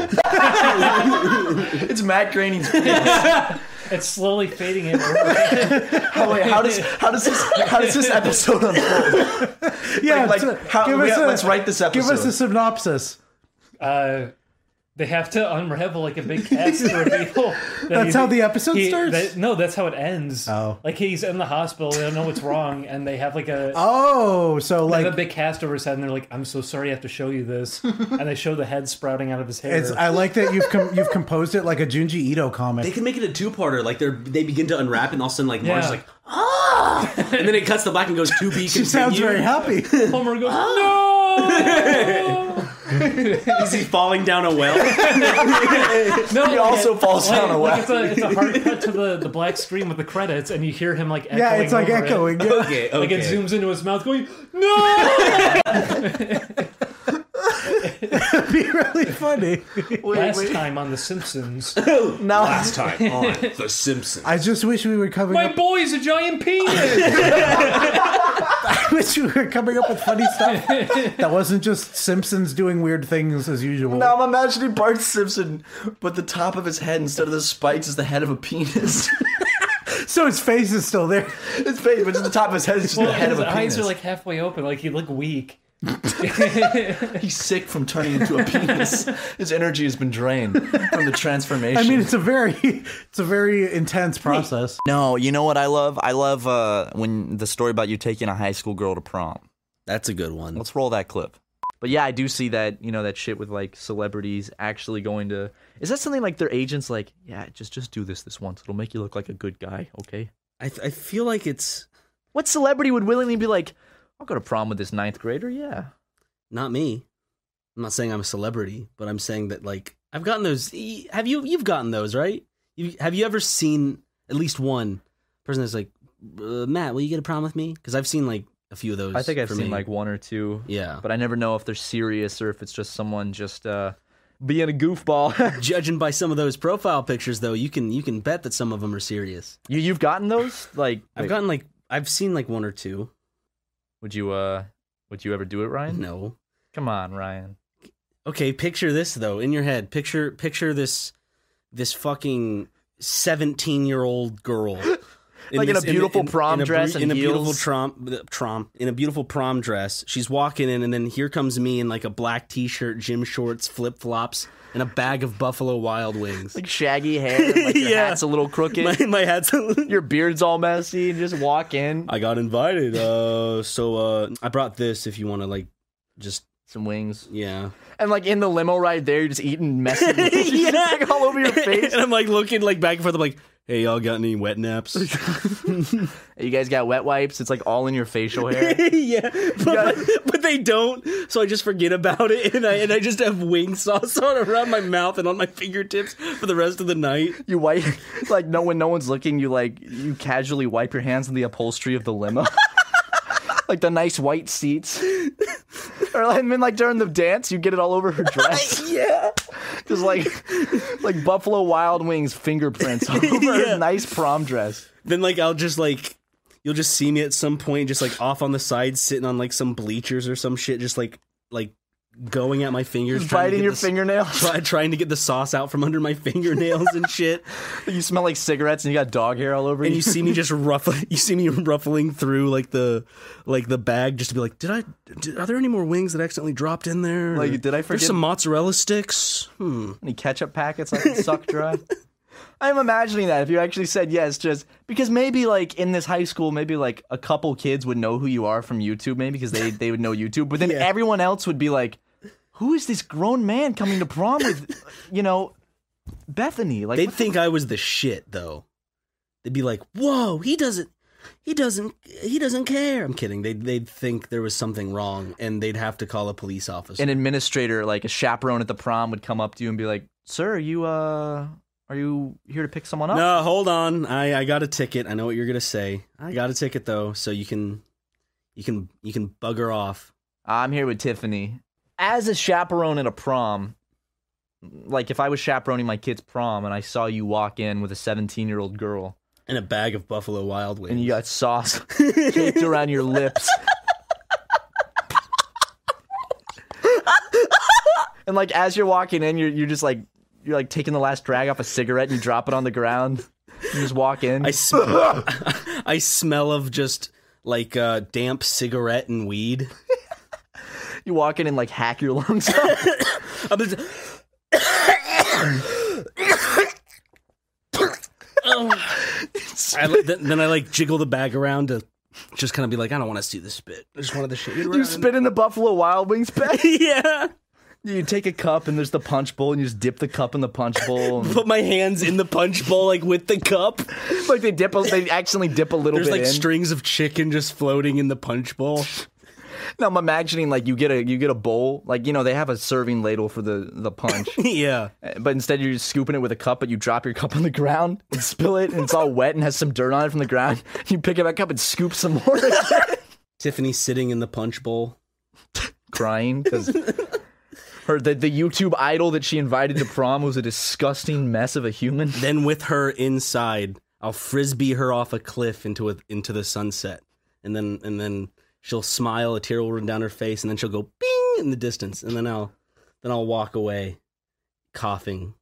Speaker 2: it's Matt Groening's penis.
Speaker 6: it's slowly fading in. over.
Speaker 2: Oh, wait, how does how does this how does this episode unfold?
Speaker 7: Yeah,
Speaker 2: like,
Speaker 7: so
Speaker 2: how- we got- let's write this
Speaker 7: Give us
Speaker 2: episode.
Speaker 7: a synopsis.
Speaker 6: Uh, they have to unravel like a big cast
Speaker 7: [LAUGHS]
Speaker 6: to reveal. that
Speaker 7: That's
Speaker 6: he's-
Speaker 7: how the episode
Speaker 6: he-
Speaker 7: starts?
Speaker 6: that- no, that's how it ends.
Speaker 7: Oh.
Speaker 6: like he's in the hospital. They don't know what's wrong, and they have like a
Speaker 7: Oh, so
Speaker 6: They
Speaker 7: like
Speaker 6: have a big cast over his head, and they're like, "I'm so sorry, I have to show you
Speaker 7: [LAUGHS]
Speaker 6: this." and they show the head sprouting out of his hair.
Speaker 7: it's. I like that you've com- you've composed it like a Junji Ito comic.
Speaker 1: They can make it a two-parter. Like they're they begin to unwrap, and all of a sudden, like Marge's
Speaker 6: Yeah.
Speaker 1: like, ah, and then it cuts to black and goes to
Speaker 2: [LAUGHS]
Speaker 1: be
Speaker 7: she
Speaker 1: continued.
Speaker 7: sounds very happy. Ah.
Speaker 6: Homer goes,
Speaker 7: [LAUGHS]
Speaker 6: "No,
Speaker 1: Is he falling down a
Speaker 2: [LAUGHS]
Speaker 1: well?
Speaker 6: no!"
Speaker 2: He also falls down a well.
Speaker 6: It's a, it's a
Speaker 2: [LAUGHS]
Speaker 6: hard cut to the, the black screen with the credits, and you hear him like echoing
Speaker 7: yeah, it's like
Speaker 6: over it.
Speaker 7: echoing. yeah.
Speaker 1: okay, okay.
Speaker 6: [LAUGHS] Like it zooms into his mouth, going,
Speaker 7: [LAUGHS]
Speaker 6: "No!" [LAUGHS]
Speaker 7: It'd be really funny.
Speaker 6: Last time on The Simpsons,
Speaker 7: Now
Speaker 1: Last time
Speaker 2: [LAUGHS]
Speaker 1: on The Simpsons.
Speaker 7: I just wish we were coming.
Speaker 6: my
Speaker 7: Up,
Speaker 6: boy's a giant penis.
Speaker 7: [LAUGHS] I wish we were coming up with funny stuff that wasn't just Simpsons doing weird things as usual.
Speaker 2: Now I'm imagining Bart Simpson, but the top of his head instead of the spikes is the head of a penis. [LAUGHS]
Speaker 7: so his face is still there.
Speaker 2: His face, but just the top of his head is
Speaker 6: Well, his eyes are like halfway open. Like you look weak.
Speaker 2: He's sick from turning into a penis. His energy has been drained from the transformation.
Speaker 7: I mean, it's a very, [LAUGHS] it's a very intense
Speaker 2: [LAUGHS]
Speaker 7: process.
Speaker 2: No, you know what I love? I love uh, when the story about you taking a high school girl to prom. That's a good one. Let's roll that clip. But yeah, I do see that, you know, that shit with like celebrities actually going to Is that something like their agents like, yeah, just just do this this once. It'll make you look like a good guy, okay? I I feel like it's What celebrity would willingly be like, I'll go to prom with this ninth grader? Yeah.
Speaker 1: Not me. I'm not saying I'm a celebrity, but I'm saying that like I've gotten those. e- Have you? You've gotten those, right? You, have you ever seen at least one person that's like, uh, Matt, will you get a prom with me? Because I've seen like a few of those.
Speaker 2: I think I've
Speaker 1: for
Speaker 2: seen
Speaker 1: me.
Speaker 2: like one or two. Yeah. But I never know if they're serious or if it's just someone just uh being a goofball. [LAUGHS]
Speaker 1: Judging by some of those profile pictures, though, you can you can bet that some of them are serious.
Speaker 2: You you've gotten those? Like
Speaker 1: I've
Speaker 2: wait.
Speaker 1: gotten like I've seen like one or two.
Speaker 2: Would you uh would you ever do it, Ryan?
Speaker 1: No.
Speaker 2: Come on, Ryan.
Speaker 1: Okay, picture this though in your head. Picture picture this this fucking seventeen year old
Speaker 2: [LAUGHS]
Speaker 1: girl.
Speaker 2: Like in a beautiful
Speaker 1: in
Speaker 2: prom
Speaker 1: a, bru-
Speaker 2: dress and
Speaker 1: in a beautiful
Speaker 2: heels.
Speaker 1: prom, prom, in a beautiful prom dress. She's walking in, and then here comes me in like a black t-shirt, gym shorts, flip flops, and a bag of Buffalo Wild Wings. [LAUGHS]
Speaker 2: Like shaggy hair, [LAUGHS] like your
Speaker 1: Yeah.
Speaker 2: hat's a little crooked.
Speaker 1: My- hat's
Speaker 2: [LAUGHS]
Speaker 1: [LAUGHS]
Speaker 2: your beard's all messy, and just walk in.
Speaker 1: I got invited. Uh, so uh, I brought this if you want to like just
Speaker 2: some wings.
Speaker 1: Yeah.
Speaker 2: And like in the limo right there, you're just eating messy. [LAUGHS] yeah. like all over
Speaker 1: [LAUGHS]
Speaker 2: [LAUGHS] your face.
Speaker 1: and I'm like looking like back and forth. I'm like, hey, y'all got any wet
Speaker 2: [LAUGHS]
Speaker 1: naps? [LAUGHS]
Speaker 2: you guys got wet wipes. It's like all in your facial hair.
Speaker 1: yeah, but, but they don't. So I just forget about it, and I and I just have wing sauce [LAUGHS] on around my mouth and on my fingertips for the rest of the night.
Speaker 2: You wipe [LAUGHS] like no when no one's looking. You like you casually wipe your hands on the upholstery of the limo, [LAUGHS] like the nice white seats. Or like, and then like during the dance, you get it all over her dress.
Speaker 1: [LAUGHS] yeah,
Speaker 2: [LAUGHS] just like like Buffalo Wild
Speaker 1: [LAUGHS]
Speaker 2: Wings fingerprints all over her nice prom dress.
Speaker 1: Then like I'll just like you'll just see me at some point, just like off on the side, sitting on like some bleachers or some shit, just like like going at my fingers,
Speaker 2: Just
Speaker 1: trying to
Speaker 2: biting
Speaker 1: get
Speaker 2: your
Speaker 1: the s- [LAUGHS]
Speaker 2: fingernails. [LAUGHS]
Speaker 1: try, trying to get the sauce out from under my fingernails and shit.
Speaker 2: You smell like cigarettes and you got dog hair all over
Speaker 1: and
Speaker 2: you.
Speaker 1: you see me just ruffling [LAUGHS] you see me ruffling through like the like the bag just to be like did i did, are there any more wings that accidentally dropped in there
Speaker 2: Like, did I
Speaker 1: there's
Speaker 2: forget-
Speaker 1: some mozzarella sticks hmm
Speaker 2: any ketchup packets I can suck dry. [LAUGHS] I'm imagining that if you actually said yes, just because maybe like in this high school, maybe like a couple kids would know who you are from YouTube, maybe because [LAUGHS] they they would know YouTube, but then everyone else would be like, "Who is this grown man coming to prom with?" You know, Bethany. Like
Speaker 1: they'd think i was the shit though they'd be like whoa he doesn't he doesn't he doesn't care i'm kidding they'd, they'd think there was something wrong and they'd have to call a police officer
Speaker 2: an administrator, like a chaperone at the prom, would come up to you and be like, "Sir, are you uh, are you here to pick someone up?"
Speaker 1: no hold on i i got a ticket i know what you're gonna say i got a ticket though so you can you can you can bugger off
Speaker 2: I'm here with Tiffany. As a chaperone at a prom, like if I was chaperoning my kid's prom and I saw you walk in with a 17 year old girl
Speaker 1: and a bag of Buffalo Wild Wings,
Speaker 2: and you
Speaker 1: [LAUGHS]
Speaker 2: got sauce caked around your lips, and like as you're walking in, you're you're just like you're like taking the last drag off a cigarette and you drop it on the ground. You just walk in.
Speaker 1: I smell, [LAUGHS] I smell of just like uh, damp cigarette and weed.
Speaker 2: you walk in and like hack your lungs up.
Speaker 1: [COUGHS] I'm just- I, li- then, then I like jiggle the bag around to just kind of be like, I don't want to see this spit. I just wanted to shake it around.
Speaker 2: You spit in the Buffalo Wild Wings bag?
Speaker 1: [LAUGHS] yeah.
Speaker 2: You take a cup and there's the punch bowl and you just dip the cup in the punch [LAUGHS] bowl. and-
Speaker 1: Put my hands in the punch bowl like with the cup.
Speaker 2: like they dip, a, they accidentally dip a little
Speaker 1: There's
Speaker 2: bit
Speaker 1: like
Speaker 2: in.
Speaker 1: strings of chicken just floating in the punch [LAUGHS] bowl.
Speaker 2: now I'm imagining like you get a you get a bowl, like you know they have a serving ladle for the the [LAUGHS] punch, eh,
Speaker 1: yeah.
Speaker 2: but instead you're just scooping it with a cup, but you drop your cup on the ground and spill it, and it's all wet and has some dirt on it from the ground. You pick it back up and scoop some more, [LAUGHS]
Speaker 1: Tiffany sitting in the punch bowl.
Speaker 2: crying because. Her the, the YouTube idol that she invited to prom was a disgusting mess of a human.
Speaker 1: Then with her inside, I'll frisbee her off a cliff into a, into the sunset, and then and then she'll smile, a tear will run down her face, and then she'll go bing in the distance, and then I'll then I'll walk away, coughing,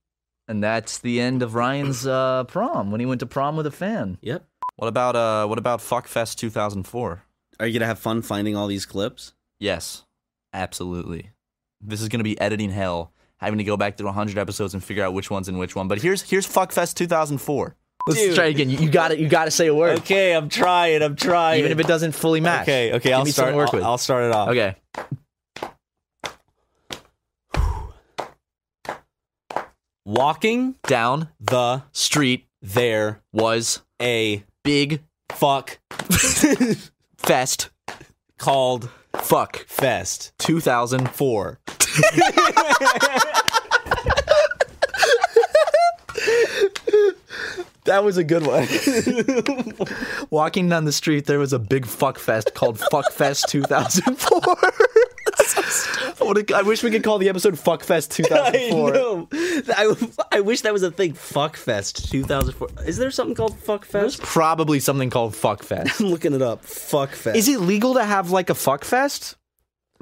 Speaker 2: And that's the end of Ryan's uh, prom when he went to prom with a fan.
Speaker 1: Yep.
Speaker 2: What about uh what about Fuckfest 2004?
Speaker 1: Are you going to have fun finding all these clips?
Speaker 2: Yes. Absolutely. This is going to be editing hell having to go back through 100 episodes and figure out which one's in which one. But here's here's Fuckfest 2004. Let's
Speaker 1: Dude.
Speaker 2: try again. You got to You got to say a word.
Speaker 1: Okay, I'm trying. I'm trying.
Speaker 2: Even if it doesn't fully match.
Speaker 1: Okay, okay,
Speaker 2: Give
Speaker 1: I'll
Speaker 2: me
Speaker 1: start-
Speaker 2: Something to work
Speaker 1: I'll-
Speaker 2: with.
Speaker 1: I'll start it off.
Speaker 2: Okay.
Speaker 1: Walking
Speaker 2: down
Speaker 1: the
Speaker 2: street,
Speaker 1: there
Speaker 2: was
Speaker 1: a
Speaker 2: big [LAUGHS]
Speaker 1: fuck
Speaker 2: fest
Speaker 1: called
Speaker 2: Fuck
Speaker 1: Fest
Speaker 2: 2004. [LAUGHS] That was a good one. [LAUGHS] Walking down the street, there was a big fuck fest called Fuck Fest [LAUGHS] 2004. [LAUGHS] I, wanna- I wish we could call the episode
Speaker 7: [LAUGHS]
Speaker 2: Fuck Fest 2004.
Speaker 1: [LAUGHS] I know. [LAUGHS] I, I wish that was a thing. Fuckfest 2004. Is there something called Fuckfest?
Speaker 2: [LAUGHS] Probably something called Fuck Fest.
Speaker 1: I'm looking it up. Fuckfest.
Speaker 2: Is it legal to have like a fuck fest?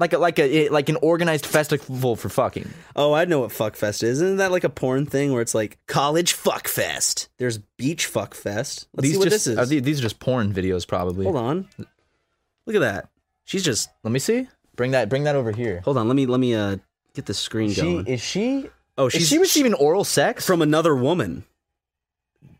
Speaker 2: Like a, like a like an organized festival for fucking.
Speaker 1: Oh, I know what Fuckfest is. Isn't that like a porn thing where it's like college Fuckfest? There's beach Fuckfest. Let's see
Speaker 2: these
Speaker 1: what
Speaker 2: just
Speaker 1: this is.
Speaker 2: are the- these are just porn videos probably.
Speaker 1: Hold on. Look at that. She's just.
Speaker 2: Let me see. Bring that bring that over here.
Speaker 1: Hold on. Let me let me uh get the screen
Speaker 2: She-
Speaker 1: going.
Speaker 2: is she?
Speaker 1: Oh,
Speaker 2: is
Speaker 1: she's
Speaker 2: she receiving oral
Speaker 1: [LAUGHS]
Speaker 2: sex
Speaker 1: from another woman.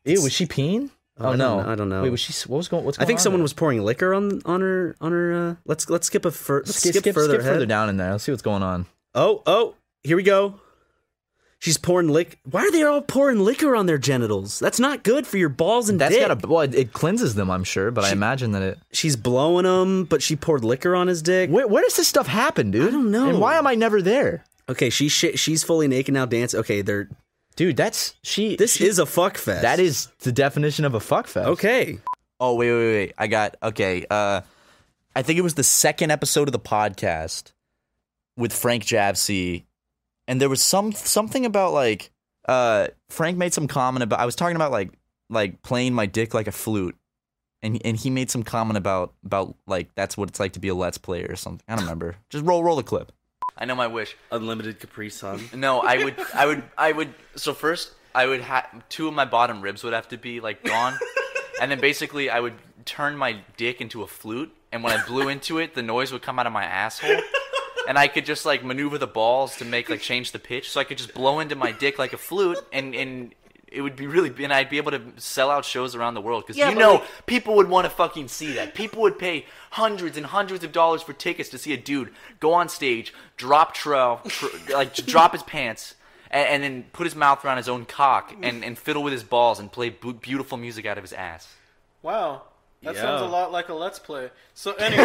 Speaker 2: Ew, was she peeing?
Speaker 1: Oh,
Speaker 2: Oh,
Speaker 1: I don't
Speaker 2: no,
Speaker 1: know- I don't know.
Speaker 2: Wait, was she? What was going? What's
Speaker 1: I
Speaker 2: going
Speaker 1: think
Speaker 2: on
Speaker 1: someone
Speaker 2: there?
Speaker 1: was pouring liquor on on her on her. Uh, let's let's skip a fur, let's
Speaker 2: skip,
Speaker 1: skip, further ahead.
Speaker 2: down in there. Let's see what's going on.
Speaker 1: Oh oh, here we go. She's pouring lick. Why are they all pouring liquor on their genitals? That's not good for your balls and
Speaker 2: That's
Speaker 1: dick.
Speaker 2: got to well, it, it cleanses them, I'm sure, but I imagine that it.
Speaker 1: She's blowing them, but she poured liquor on his dick.
Speaker 2: Where, where does this stuff happen, dude? I don't
Speaker 1: know.
Speaker 2: And why am I never there,
Speaker 1: Okay, she's sh- she's fully naked now. Dance. Okay, they're.
Speaker 2: dude? That's she.
Speaker 1: This
Speaker 2: she-
Speaker 1: is a fuck fest.
Speaker 2: That is the definition of a fuck fest.
Speaker 1: okay.
Speaker 2: Oh wait, wait, wait! I got okay. Uh, I think it was the second episode of the podcast with Frank Jabsy, and there was some something about like uh, Frank made some comment about I was talking about like like playing my dick like a flute, and and he made some comment about about like that's what it's like to be a let's player or something. I don't remember. Just roll roll the clip. I know my wish.
Speaker 5: Unlimited Capri Sun.
Speaker 2: [LAUGHS] No, I would, I would, I would. So first, I would have two of my bottom ribs would have to be like gone, and then basically I would turn my dick into a flute, and when I blew into it, the noise would come out of my asshole, and I could just like maneuver the balls to make like change the pitch, so I could just blow into my dick like a flute, and and. It would be really, and I'd be able to sell out shows around the world because
Speaker 5: Yeah,
Speaker 2: you
Speaker 5: but,
Speaker 2: know
Speaker 5: like-
Speaker 2: people would want to fucking see that. People would pay hundreds and hundreds of dollars for tickets to see a dude go on stage, drop trow, tr- like [LAUGHS] drop his pants, and, and then put his mouth around his own cock and, and fiddle with his balls and play bu- beautiful music out of his ass.
Speaker 8: Wow. That
Speaker 2: Yeah.
Speaker 8: sounds a lot like a Let's Play. So anyway.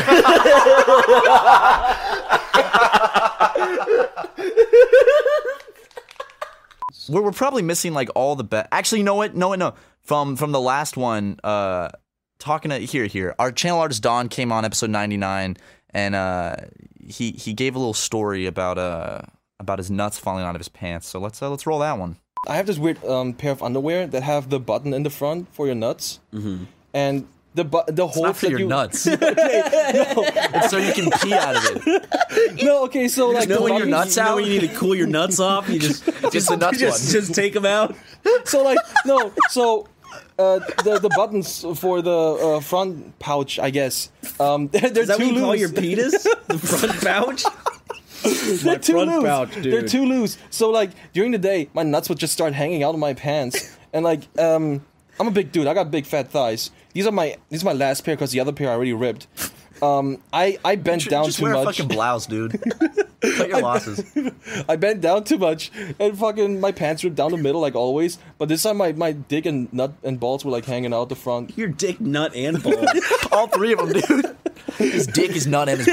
Speaker 2: We're, we're probably missing like all the best. Actually, you know what? No, no. From from the last one, uh, talking to here here, our channel artist Don came on episode ninety nine, and uh, he he gave a little story about uh about his nuts falling out of his pants. So let's uh, let's roll that one.
Speaker 9: I have this weird um, pair of underwear that have the button in the front for your nuts, mm-hmm. and the bu- the hole
Speaker 2: not for
Speaker 9: that
Speaker 2: your
Speaker 9: you- [LAUGHS]
Speaker 2: nuts.
Speaker 9: okay, no.
Speaker 1: [LAUGHS]
Speaker 2: It's so you can pee out of it.
Speaker 9: No, okay, so like the
Speaker 1: knowing your
Speaker 9: button-
Speaker 1: nuts out, you need to cool your nuts off. You just [LAUGHS] just
Speaker 2: the nuts
Speaker 1: just,
Speaker 2: one.
Speaker 1: just take them out.
Speaker 9: So like no, so uh, the the buttons for the uh, front pouch, I guess. Um, [LAUGHS] they're, they're
Speaker 1: Is that
Speaker 9: too
Speaker 1: what you
Speaker 9: loose.
Speaker 1: call your
Speaker 9: [LAUGHS]
Speaker 1: penis? The front pouch.
Speaker 9: they're
Speaker 1: My
Speaker 9: too
Speaker 1: front
Speaker 9: loose.
Speaker 1: pouch,
Speaker 9: They're
Speaker 1: dude.
Speaker 9: too loose. So like during the day, my nuts would just start hanging out of my
Speaker 2: [LAUGHS]
Speaker 9: pants, and like um, I'm a big dude. I got big fat thighs. These are my these are my last pair because the other pair I already ripped. Um, I I bent down
Speaker 2: just
Speaker 9: too
Speaker 2: wear a
Speaker 9: much.
Speaker 2: fucking blouse,
Speaker 9: [LAUGHS]
Speaker 2: dude. Cut your losses.
Speaker 9: I bent down too much, and fucking my pants ripped down the middle like always. But this time, my, my dick and nut and balls were like hanging out the front.
Speaker 1: Your dick, nut, and
Speaker 9: [LAUGHS]
Speaker 1: balls.
Speaker 2: All three of them, dude. His dick is nut and his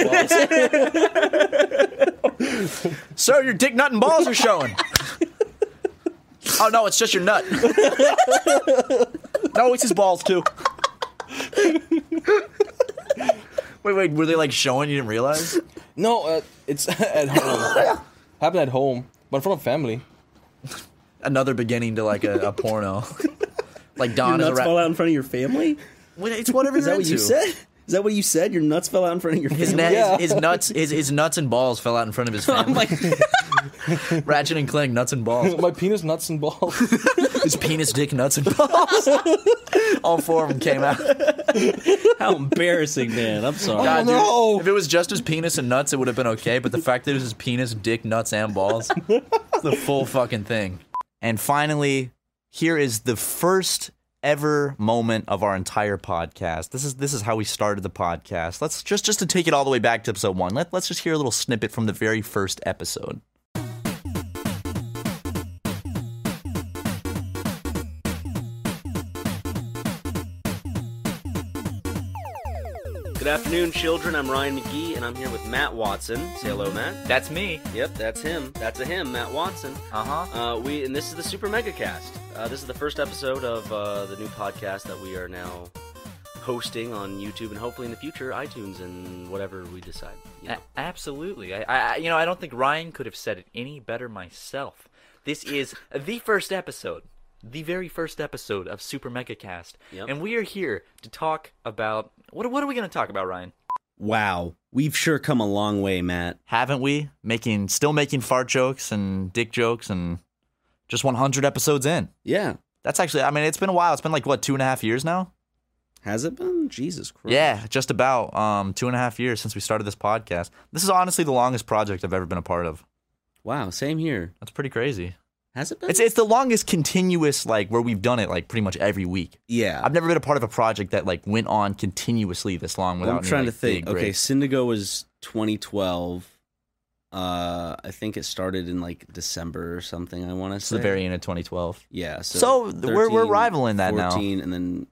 Speaker 2: balls. Sir, your dick, nut, and balls are showing. Oh no, it's just your nut. no, it's his balls too. wait, wait, were they like showing? You didn't realize?
Speaker 9: No, uh, it's [LAUGHS] at home. Happened at home, but in front of family.
Speaker 2: Another beginning to like a, a porno. Like
Speaker 1: your
Speaker 2: Don is
Speaker 1: nuts
Speaker 2: a rat.
Speaker 1: fall out in front of your family.
Speaker 2: Wait, It's whatever
Speaker 1: Is
Speaker 2: you're
Speaker 1: that what you
Speaker 2: into.
Speaker 1: said? Is that what you said? Your nuts fell out in front of your
Speaker 2: His,
Speaker 1: family?
Speaker 2: na-
Speaker 1: [LAUGHS]
Speaker 2: his, his nuts, his, his nuts and balls fell out in front of his
Speaker 9: Oh
Speaker 2: family. [LAUGHS] Ratchet and Clank nuts and balls.
Speaker 9: My penis nuts and balls.
Speaker 8: [LAUGHS]
Speaker 2: his penis, dick, nuts and balls. [LAUGHS] All four of them came out.
Speaker 1: How embarrassing, man! I'm sorry.
Speaker 2: dude, if it was just his penis and nuts, it would have been okay. But the fact that it was his penis, dick, nuts, and balls, the full fucking thing. And finally, here is the first ever moment of our entire podcast. This is this is how we started the podcast. Let's just just to take it all the way back to episode one. Let, let's just hear a little snippet from the very first episode.
Speaker 5: Good afternoon, children. I'm Ryan McGee, and I'm here with Matt Watson. Say hello, Matt.
Speaker 2: That's me.
Speaker 5: Yep, that's him. That's a him, Matt Watson. Uh-huh. Uh We and this is the Super Mega Cast. Uh, this is the first episode of uh, the new podcast that we are now hosting on YouTube, and hopefully in the future, iTunes and whatever we decide.
Speaker 2: Uh,
Speaker 10: A- absolutely. I, I, I- you know, I don't think Ryan could have said it any better myself. This is the first episode, the very first episode of Super Mega Cast,
Speaker 5: Yep.
Speaker 10: and we are here to talk about what? What are we going to talk about, Ryan?
Speaker 1: Wow, we've sure come a long way, Matt.
Speaker 2: Haven't we? Making still making fart jokes and dick jokes and just 100 episodes in.
Speaker 1: Yeah,
Speaker 2: that's actually. I mean, it's been a while. It's been like what two and a half years now.
Speaker 1: Has it been? Jesus Christ.
Speaker 2: Yeah, just about um, two and a half years since we started this podcast. This is honestly the longest project I've ever been a part of.
Speaker 1: Wow, same here.
Speaker 2: That's pretty crazy.
Speaker 1: Has it been?
Speaker 2: It's it's the longest continuous like where we've done it like pretty much every week.
Speaker 1: Yeah,
Speaker 2: I've never been a part of a project that like went on continuously this long without.
Speaker 1: I'm
Speaker 2: any,
Speaker 1: trying
Speaker 2: like,
Speaker 1: to think.
Speaker 2: big
Speaker 1: Okay,
Speaker 2: breaks.
Speaker 1: Syndigo was 2012. Uh, I think it started in like December or something. I want to
Speaker 2: It's the
Speaker 1: say
Speaker 2: very end of 2012.
Speaker 1: Yeah. So,
Speaker 2: So th- we're- we're
Speaker 1: 13,
Speaker 2: rivaling that now.
Speaker 1: 14 and then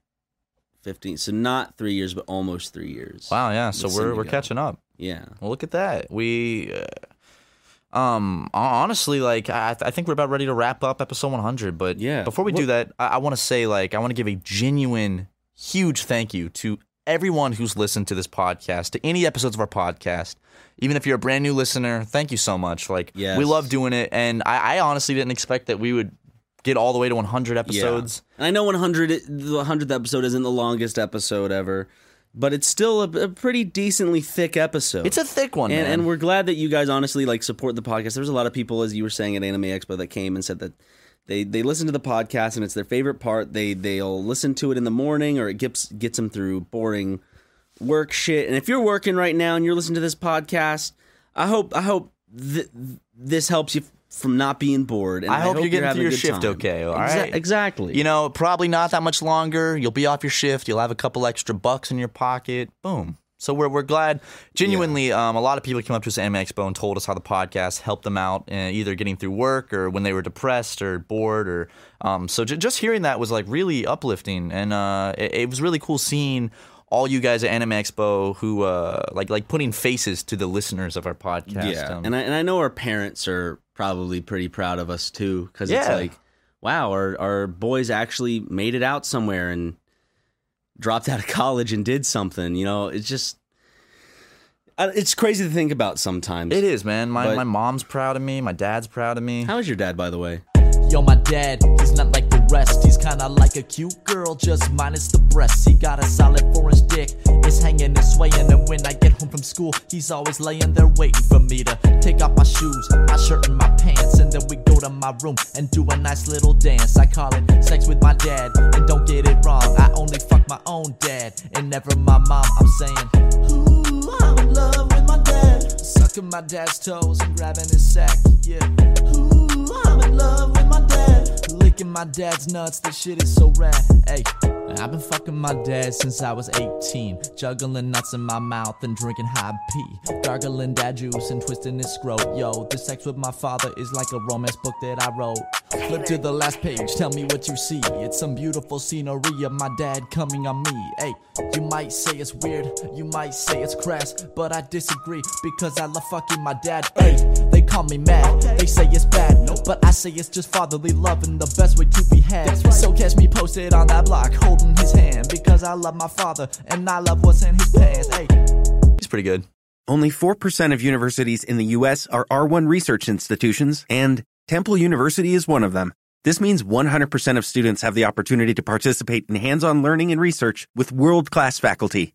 Speaker 1: 15. So not three years, but almost three years.
Speaker 2: Wow, yeah. So
Speaker 1: with
Speaker 2: we're we're
Speaker 1: Syndigo.
Speaker 2: catching up.
Speaker 1: Yeah.
Speaker 2: Well, look at that. We, uh, um, hon- honestly, like I, I think we're about ready to wrap up episode 100. But yeah, before we do that, I, I want to say like I want to give a genuine, huge thank you to everyone who's listened to this podcast, to any episodes of our podcast. Even if you're a brand new listener, thank you so much. Like
Speaker 1: Yes.
Speaker 2: we love doing it, and I, I honestly didn't expect that we would get all the way to 100 episodes.
Speaker 1: Yeah. And I know 100 i- the 100th episode isn't the longest episode ever, but it's still a, a pretty decently thick episode.
Speaker 2: It's a thick one,
Speaker 1: and,
Speaker 2: man.
Speaker 1: and we're glad that you guys honestly like support the podcast. There's a lot of people, as you were saying at Anime Expo, that came and said that. They, they listen to the podcast and it's their favorite part. They they'll listen to it in the morning or it gets gets them through boring work shit. And if you're working right now and you're listening to this podcast, I hope I hope th- this helps you from not being bored. And
Speaker 2: I, hope, you're getting
Speaker 1: having
Speaker 2: through
Speaker 1: a
Speaker 2: your
Speaker 1: good
Speaker 2: shift
Speaker 1: time.
Speaker 2: okay. All
Speaker 1: Exa-
Speaker 2: right,
Speaker 1: exactly.
Speaker 2: You know, probably not that much longer. You'll be off your shift. You'll have a couple extra bucks in your pocket. Boom. So we're we're glad. Genuinely, um, a lot of people came up to us at Anime Expo and told us how the podcast helped them out, uh, either getting through work or when they were depressed or bored. Or um, so j- just hearing that was like really uplifting, and uh, it, it was really cool seeing. All you guys at Anime Expo who uh, like like putting faces to the listeners of our podcast.
Speaker 1: Yeah,
Speaker 2: um,
Speaker 1: and I and I know our parents are probably pretty proud of us too, because it's
Speaker 2: Yeah.
Speaker 1: like, wow, our our boys actually made it out somewhere and dropped out of [LAUGHS] college and did something. You know, it's just. I- It's crazy to think about sometimes. It
Speaker 2: is, man. My, my mom's proud of me. My dad's proud of me.
Speaker 1: How is your dad, by the way?
Speaker 11: Yo, my dad, he's not like the rest. He's kinda like a cute girl, just minus the breasts. He got a solid four inch dick, it's hanging and swaying. And when I get home from school, he's always laying there waiting for me to take off my shoes, my shirt, and my pants. And then we go to my room and do a nice little dance. I call it sex with my dad, and don't get it wrong, I only fuck my own dad and never my mom. I'm saying, Ooh, I'm in love with my dad, sucking my dad's toes and grabbing his sack, yeah. Ooh, I'm in love with my dad. Licking my dad's nuts, this shit is so rad. Hey, I've been fucking my dad since I was 18. Juggling nuts in my mouth and drinking high pee. Gargling dad juice and twisting his scrote. Yo, the sex with my father is like a romance book that I wrote. Flip to the last page, tell me what you see. It's some beautiful scenery of my dad coming on me. Hey, you might say it's weird, you might say it's crass, but I disagree because I love fucking my dad. Hey, they call me mad, they say it's bad, but I say it's just fatherly love and the best way to be had. So catch me posted on that block, holding his hand because I love my father and I love what's in his pants. Hey.
Speaker 2: He's pretty good.
Speaker 12: Only 4% of universities in the U.S. are R1 research institutions, and Temple University is one of them. This means 100% of students have the opportunity to participate in hands on learning and research with world class faculty.